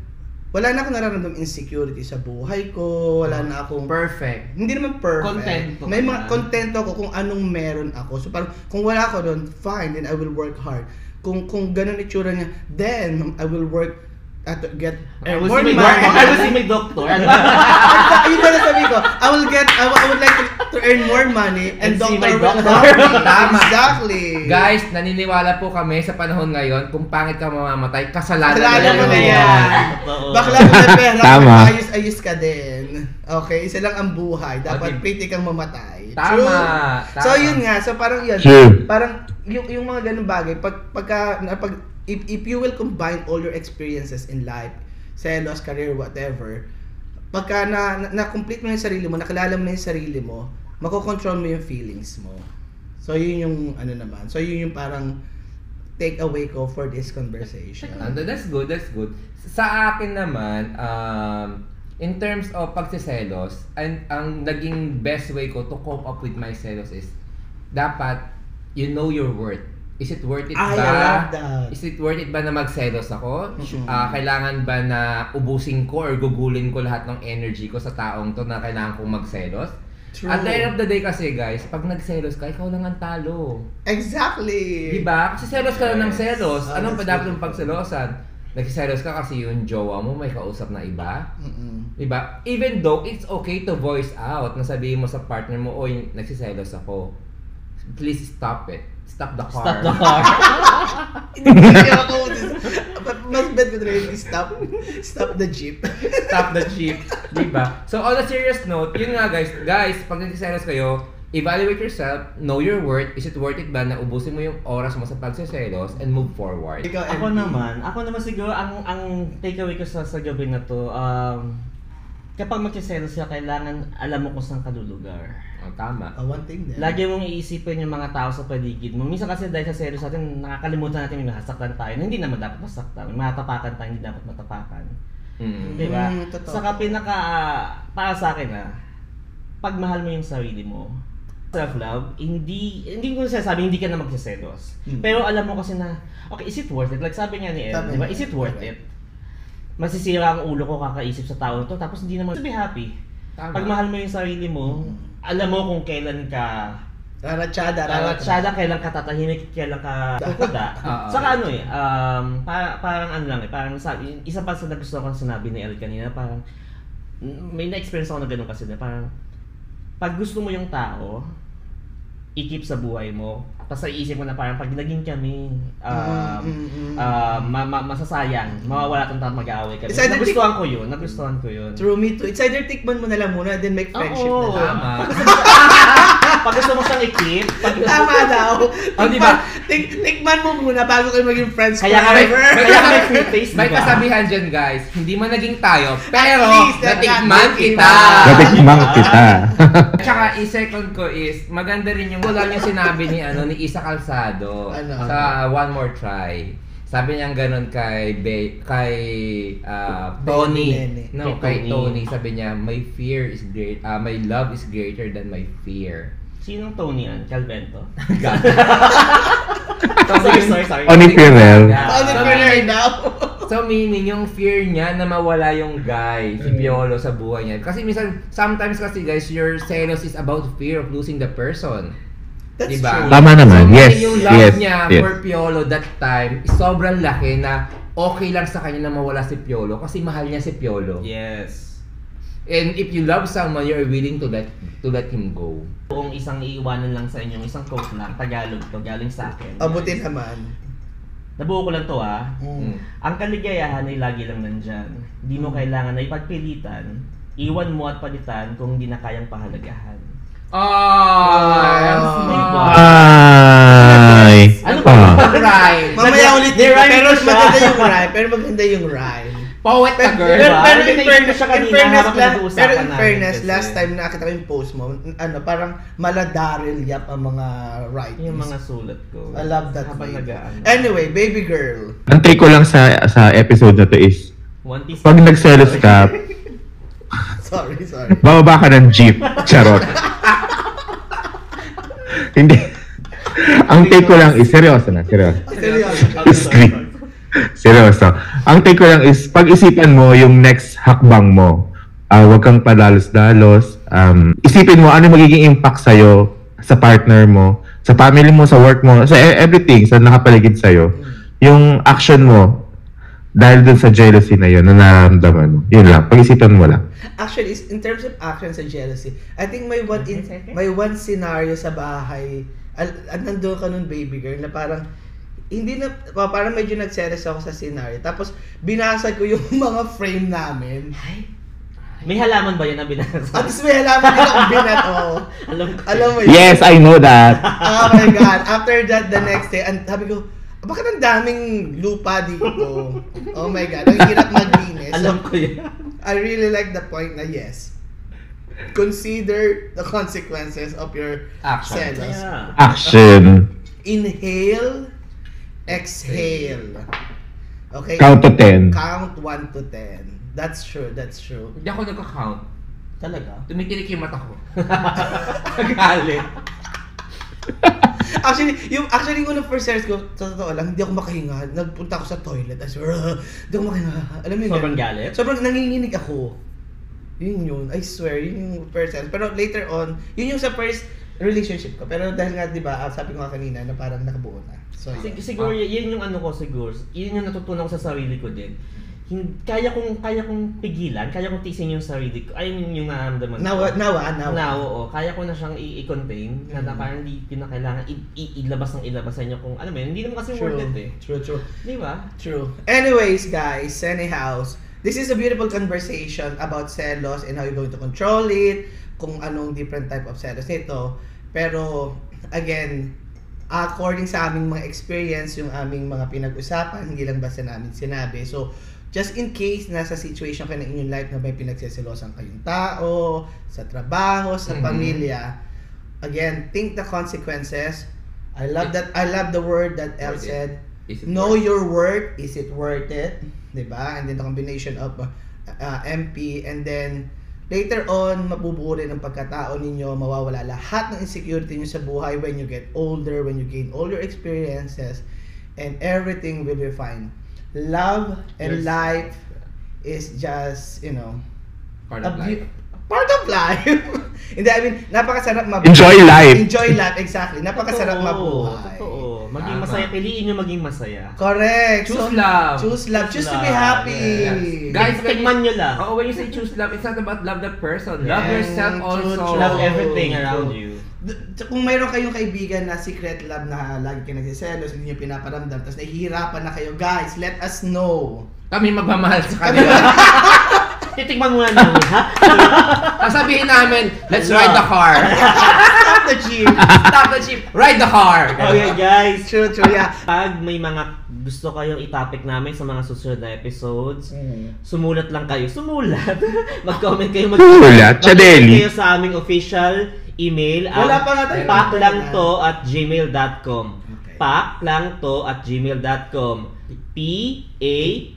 Speaker 1: wala na akong nararamdam insecurity sa buhay ko, wala na akong
Speaker 2: Perfect.
Speaker 1: hindi naman perfect.
Speaker 3: Contento
Speaker 1: May
Speaker 3: ka
Speaker 1: mga
Speaker 3: na.
Speaker 1: contento ako kung anong meron ako. So parang kung wala ako doon, fine, then I will work hard. Kung kung ganun itsura niya, then I will work at get
Speaker 3: I will
Speaker 1: more
Speaker 3: see
Speaker 1: money.
Speaker 3: my doctor. I will see my
Speaker 1: [LAUGHS]
Speaker 3: doctor.
Speaker 1: Yun pala sabi ko, I will get, I, will- I would like to, to earn more money and,
Speaker 3: And see
Speaker 1: doctor
Speaker 3: my
Speaker 1: will
Speaker 3: doctor.
Speaker 1: help
Speaker 3: [LAUGHS]
Speaker 1: me.
Speaker 2: Tama.
Speaker 1: Exactly.
Speaker 2: Guys, naniniwala po kami sa panahon ngayon, kung pangit ka mamamatay, kasalanan,
Speaker 1: Kasalanan
Speaker 2: na
Speaker 1: mo na
Speaker 2: yun.
Speaker 1: yan.
Speaker 3: Totoo.
Speaker 1: Bakla mo na pera,
Speaker 4: Tama.
Speaker 1: ayos-ayos ka din. Okay, isa lang ang buhay. Dapat
Speaker 2: Okay.
Speaker 1: pretty kang mamatay.
Speaker 2: Tama, tama.
Speaker 1: So yun nga, so parang yun.
Speaker 4: True.
Speaker 1: Parang yung, yung mga ganung bagay, pag, pagka, na- pag, if, if you will combine all your experiences in life, selos, career, whatever, pagka na, na, na-complete mo na yung sarili mo, nakilala mo na yung sarili mo, makokontrol mo yung feelings mo. So yun yung ano naman. So yun yung parang take away ko for this conversation.
Speaker 2: Ando, that's good, that's good. Sa akin naman, um, in terms of pagsiselos, and ang naging best way ko to cope up with my selos is, dapat, you know your worth. Is it worth it
Speaker 1: Ay,
Speaker 2: ba?
Speaker 1: I love that.
Speaker 2: Is it worth it ba na magselos ako?
Speaker 1: Mhm.
Speaker 2: Ah, kailangan ba na ubusin ko or gugulin ko lahat ng energy ko sa taong to na kailangan kong magselos?
Speaker 1: True.
Speaker 2: At the end of the day kasi guys, pag nagselos ka, ikaw lang ang talo.
Speaker 1: Exactly.
Speaker 2: Diba? Kasi selos ka lang ng selos.
Speaker 1: Ah,
Speaker 2: Anong
Speaker 1: that's
Speaker 2: pa
Speaker 1: true.
Speaker 2: dapat yung pagselosan? Nagselos ka kasi yung jowa mo may kausap na iba.
Speaker 1: Mm-mm.
Speaker 2: Diba? Even though it's okay to voice out na sabihin mo sa partner mo, oy, nagsiselos ako. Please stop it. Stop the car. [LAUGHS]
Speaker 3: Stop the car.
Speaker 1: Hindi ako But mas bet ko talaga yung stop. Stop the jeep.
Speaker 2: Stop the jeep. Diba? So on a serious note, yun nga guys, guys, pag nagsiselos kayo, evaluate yourself, know your worth, is it worth it ba na ubusin mo yung oras mo sa pagsiselos and move forward?
Speaker 1: Ikaw,
Speaker 3: Ako
Speaker 1: MP.
Speaker 3: naman, ako naman siguro ang ang takeaway ko sa sa gabi na to, um, kapag magsiselos ka, kailangan alam mo kung saan ka lulugar.
Speaker 2: Oh, tama.
Speaker 1: Ah, one thing there.
Speaker 3: Lagi mong iisipin yung mga tao sa paligid mo. Minsan kasi dahil sa selos natin, nakakalimutan natin may nasaktan tayo na hindi naman dapat masaktan. May matapakan tayo, hindi dapat matapakan.
Speaker 2: Mm.
Speaker 3: Di ba?
Speaker 1: Mm, totoo.
Speaker 3: Saka pinaka, para sa akin ah, pag mahal mo yung sarili mo, self-love, hindi, hindi ko sinasabi, hindi ka na magsiselos.
Speaker 1: Mm.
Speaker 3: Pero alam mo kasi na, okay, is it worth it? Like sabi nga ni Ellen,
Speaker 1: Sabi
Speaker 3: di ba,
Speaker 1: niya,
Speaker 3: is it worth
Speaker 1: diba?
Speaker 3: it? Masisira ang ulo ko kakaisip sa tao to, tapos hindi naman, to be happy.
Speaker 2: Tama.
Speaker 3: Pag mahal mo yung sarili mo,
Speaker 1: Mm.
Speaker 3: alam mo kung kailan ka
Speaker 1: Raratsyada,
Speaker 3: Raratsyada, kailan ka tatahimik, kailan ka kukuda.
Speaker 2: Oo.
Speaker 3: Saka ano eh, um, para, parang ano lang eh, parang sabi, isa pa sa nagustuhan ko sinabi ni El kanina, parang mm, may na-experience ako na ganun kasi na parang pag gusto mo yung tao, ikip sa buhay mo. Tapos iisip mo na parang pag naging kami, um,
Speaker 1: Mm, mm, mm.
Speaker 3: ah, ma- ma- masasayang, mawawala tong tao mag-aaway kami.
Speaker 1: Isa din-
Speaker 3: Nagustuhan ko yun, nagustuhan ko yun.
Speaker 1: True, me too. It's either tikman mo na lang muna, then make friendship
Speaker 3: Oo.
Speaker 1: na lang.
Speaker 2: Tama.
Speaker 3: Pag gusto mo siyang ikip, pag
Speaker 1: Tama
Speaker 3: [LAUGHS]
Speaker 1: daw.
Speaker 3: Oh,
Speaker 2: Ah, di ba?
Speaker 1: Tik, tikman mo muna bago kayo maging friends
Speaker 3: diba? Kaya nga may,
Speaker 1: forever.
Speaker 3: kaya nga may free face,
Speaker 2: May
Speaker 3: diba?
Speaker 2: kasabihan dyan guys, hindi man naging tayo, pero
Speaker 1: At least,
Speaker 2: natikman kita.
Speaker 4: Natikmang kita. [LAUGHS]
Speaker 2: Tsaka i-second ko is, maganda rin yung wala yung sinabi ni ano ni Isa Calzado
Speaker 1: Ano?
Speaker 2: sa One More Try. Sabi niya ganun kay Be- kay ah, Tony.
Speaker 1: Nene.
Speaker 2: No,
Speaker 3: Kay
Speaker 2: kay
Speaker 3: Tony.
Speaker 2: Tony sabi niya, my fear is great, ah, my love is greater than my fear.
Speaker 3: Sinong Tony yan?
Speaker 1: [LAUGHS]
Speaker 3: Calvento?
Speaker 2: God.
Speaker 3: sorry, sorry, sorry.
Speaker 4: Oni Pirel.
Speaker 1: Only
Speaker 2: Tama.
Speaker 1: friend
Speaker 3: [LAUGHS]
Speaker 1: daw.
Speaker 2: So meaning yung fear niya na mawala yung guy, si Piolo sa buhay niya. Kasi minsan, sometimes kasi guys, your zealous is about fear of losing the person.
Speaker 1: That's true.
Speaker 2: Diba?
Speaker 4: Tama
Speaker 2: So,
Speaker 4: naman. Yes.
Speaker 2: meaning yung love
Speaker 4: Yes.
Speaker 2: niya
Speaker 4: Yes.
Speaker 2: for Piolo that time is sobrang laki na okay lang sa kanya na mawala si Piolo kasi mahal niya si Piolo.
Speaker 3: Yes.
Speaker 2: And if you love someone, you're willing to let to let him go.
Speaker 3: Kung isang iiwanan lang sa inyo, isang quote lang, Tagalog to, galing sa akin.
Speaker 1: Oh, buti naman.
Speaker 3: Nabuo ko lang to ah.
Speaker 1: Mm.
Speaker 2: Mm.
Speaker 3: Ang kaligayahan ay lagi lang nandyan. Di mo kailangan na ipagpilitan, iwan mo at palitan kung hindi na kayang pahalagahan.
Speaker 2: Oh,
Speaker 4: Ay.
Speaker 3: Ano
Speaker 4: Ah.
Speaker 3: ba?
Speaker 2: right.
Speaker 1: Mamaya ulit dito,
Speaker 3: They rhyme
Speaker 1: pero
Speaker 3: siya.
Speaker 1: maganda
Speaker 3: [LAUGHS]
Speaker 1: yung rhyme. Pero maganda yung rhyme.
Speaker 2: Poet ka,
Speaker 1: [LAUGHS]
Speaker 2: girl.
Speaker 1: Pero, pero
Speaker 3: Diba?
Speaker 1: in
Speaker 3: Naisip ko
Speaker 1: fairness,
Speaker 3: siya kanina
Speaker 1: in fairness, la-
Speaker 3: habang pinag-uusapan
Speaker 1: pero in
Speaker 3: namin
Speaker 1: fairness,
Speaker 3: kasi.
Speaker 1: last time nakita ko yung post mo, n- ano, parang maladaril yap ang mga writings.
Speaker 3: Yung mga sulat ko.
Speaker 1: I love that. Eh,
Speaker 3: Habang
Speaker 1: babe.
Speaker 3: nagaan.
Speaker 1: Anyway, baby girl. [LAUGHS]
Speaker 4: Ang take ko lang sa sa episode na to is,
Speaker 3: One piece.
Speaker 4: pag nagselos ka,
Speaker 1: Sorry, sorry.
Speaker 4: bababa ka ng jeep. Charot. Hindi. Ang take ko lang is, seryoso na, seryoso.
Speaker 1: Seryoso.
Speaker 4: Screen. Seryoso. Ang take ko lang is, pag-isipan mo yung next hakbang mo. Ah, huwag kang padalos-dalos. Um, isipin mo ano magiging impact sa'yo, sa partner mo, sa family mo, sa work mo, sa e- everything, sa nakapaligid sa'yo. Yung action mo, dahil dun sa jealousy na yun, na nararamdaman mo. Yun lang, pag-isipan mo lang.
Speaker 1: Actually, is- in terms of action sa jealousy, I think may one in, may one scenario sa bahay. Al, al nandoon ka nun, baby girl, na parang hindi na pa- parang medyo nagseres ako sa scenario. Tapos binasa ko yung [LAUGHS] mga frame namin.
Speaker 3: May halaman ba yan na binasa?
Speaker 1: At least may halaman nila ang binato.
Speaker 3: [LAUGHS] Alam ko.
Speaker 1: Alam mo yun?
Speaker 4: Yes, I know that.
Speaker 1: Oh my God. After that, the next day, and sabi ko, bakit ang daming lupa dito? Oh my God. Ang hirap maglinis.
Speaker 3: Alam ko yan.
Speaker 1: I really like the point na yes. Consider the consequences of your
Speaker 2: Action.
Speaker 1: selos.
Speaker 3: Yeah.
Speaker 4: Action.
Speaker 1: Inhale, exhale. Okay?
Speaker 4: Count to 10.
Speaker 1: Count 1 to 10. That's true, that's true.
Speaker 2: Hindi ako nagka-count.
Speaker 3: Talaga?
Speaker 2: Tumikilik yung mata ko.
Speaker 3: Galit.
Speaker 1: Actually, yung actually yung unang first series ko, sa totoo lang, hindi ako makahinga. Nagpunta ako sa toilet. I swear, hindi ako makahinga. Alam mo yun?
Speaker 3: Sobrang galit?
Speaker 1: Sobrang nanginginig ako. Yun yun, I swear, yun yung first series. Pero later on, yun yung sa first relationship ko. Pero dahil nga, di ba, ah, sabi ko nga kanina na parang nakabuo na. So, yun.
Speaker 3: Sig- siguro, y- yun yung ano ko siguro. Yun yung natutunan ko sa sarili ko din. Hin- kaya kong kaya kong pigilan, kaya kong tiisin yung sarili ko. Ay, yung, yung nararamdaman ko.
Speaker 1: Nawa, nawa, nawa.
Speaker 3: Na, oo, kaya ko na siyang i- i-contain. Na, na
Speaker 1: Mm.
Speaker 3: parang hindi ko na kailangan i- i- ilabas ng ilabas sa inyo kung alam mo yun, hindi naman kasi worth it eh.
Speaker 1: True, true.
Speaker 3: Di ba?
Speaker 1: True. Anyways, guys, anyhow, this is a beautiful conversation about celos and how you're going to control it, kung anong different type of celos nito. Pero, again, according sa aming mga experience, yung aming mga pinag-usapan, hindi lang basta namin sinabi. So, just in case nasa situation kayo na inyong life na may pinagseselosan kayong tao, sa trabaho, sa
Speaker 2: Mhm.
Speaker 1: pamilya, again, think the consequences. I love that, I love the word that El
Speaker 2: Worth it.
Speaker 1: said,
Speaker 2: Is it
Speaker 1: know
Speaker 2: worth-
Speaker 1: your worth is it worth it diba and then the combination of uh, uh, MP and then later on mabubuo rin ang pagkatao ninyo mawawala lahat ng insecurity nyo sa buhay when you get older when you gain all your experiences and everything will be fine love and
Speaker 2: Yes.
Speaker 1: life is just you know
Speaker 2: part
Speaker 1: a
Speaker 2: of
Speaker 1: beau-
Speaker 2: life.
Speaker 1: part of life [LAUGHS] hindi I mean napakasarap mabuhay
Speaker 4: Enjoy life.
Speaker 1: enjoy life exactly napakasarap
Speaker 3: Totoo,
Speaker 1: mabuhay
Speaker 3: Totoo. Maging
Speaker 2: Tama.
Speaker 3: masaya. Piliin nyo maging masaya.
Speaker 1: Correct.
Speaker 2: Choose love.
Speaker 1: Choose love. Choose to be
Speaker 3: love.
Speaker 1: happy.
Speaker 2: Yes. Guys,
Speaker 3: Guys, tigman nyo lang.
Speaker 2: Oh, when you say choose love, it's not about love the person. Love
Speaker 1: Yeah.
Speaker 2: yourself
Speaker 1: True,
Speaker 2: also.
Speaker 1: true.
Speaker 3: Love
Speaker 1: Oh,
Speaker 3: everything
Speaker 1: true.
Speaker 3: around you.
Speaker 1: D- t- Kung mayroon kayong kaibigan na secret love na lagi kayo nagsiselos, hindi nyo pinaparamdam, tapos nahihirapan na kayo, guys, let us know.
Speaker 2: Kami magmamahal sa
Speaker 1: [LAUGHS]
Speaker 2: kanila.
Speaker 3: Titigman muna namin, ha?
Speaker 2: Sasabihin namin, let's ride the
Speaker 1: [LAUGHS]
Speaker 2: car.
Speaker 1: Stop the
Speaker 2: [LAUGHS]
Speaker 1: jeep.
Speaker 2: Stop the ship. Ride the car.
Speaker 3: Okay, guys.
Speaker 1: True, true, yeah.
Speaker 3: Pag may mga gusto kayong itapik namin sa mga susunod na episodes,
Speaker 2: Mm.
Speaker 3: sumulat lang kayo. Sumulat! [LAUGHS] Mag-comment kayo. Mag-
Speaker 4: Sumulat, Chadeli.
Speaker 3: kayo sa aming official email
Speaker 1: Wala pa nga tayo.
Speaker 3: paklangto at gmail.com
Speaker 1: Okay.
Speaker 3: paklangto at gmail.com P-A-K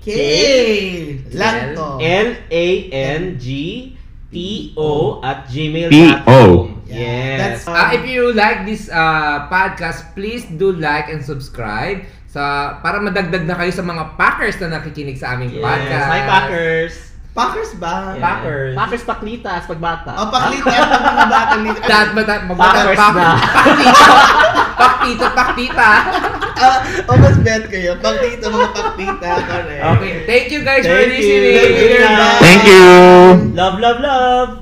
Speaker 1: Okay. Lang to.
Speaker 3: L-A-N-G-T-O at
Speaker 4: T-O.
Speaker 3: gmail.com
Speaker 1: Yeah. That's-
Speaker 3: Yes.
Speaker 2: Ah, if you like this ah, podcast, please do like and subscribe sa para madagdag na kayo sa mga Packers na nakikinig sa aming
Speaker 3: Yes.
Speaker 2: podcast.
Speaker 3: Hi, Packers!
Speaker 1: Packers ba?
Speaker 2: Yeah. Packers.
Speaker 3: Packers paklitas pagbata.
Speaker 1: O, paklita yung mga bata ni...
Speaker 2: Tat, mata,
Speaker 3: Packers
Speaker 2: [LAUGHS]
Speaker 3: na.
Speaker 2: Paktita,
Speaker 3: [LAUGHS]
Speaker 2: paktita.
Speaker 1: Ah, O, mas bet kayo. Paklita, mga paklita. Correct.
Speaker 2: Okay, thank you guys for
Speaker 3: Thank you.
Speaker 2: listening.
Speaker 1: Thank you.
Speaker 4: Thank you!
Speaker 3: Love, love, love.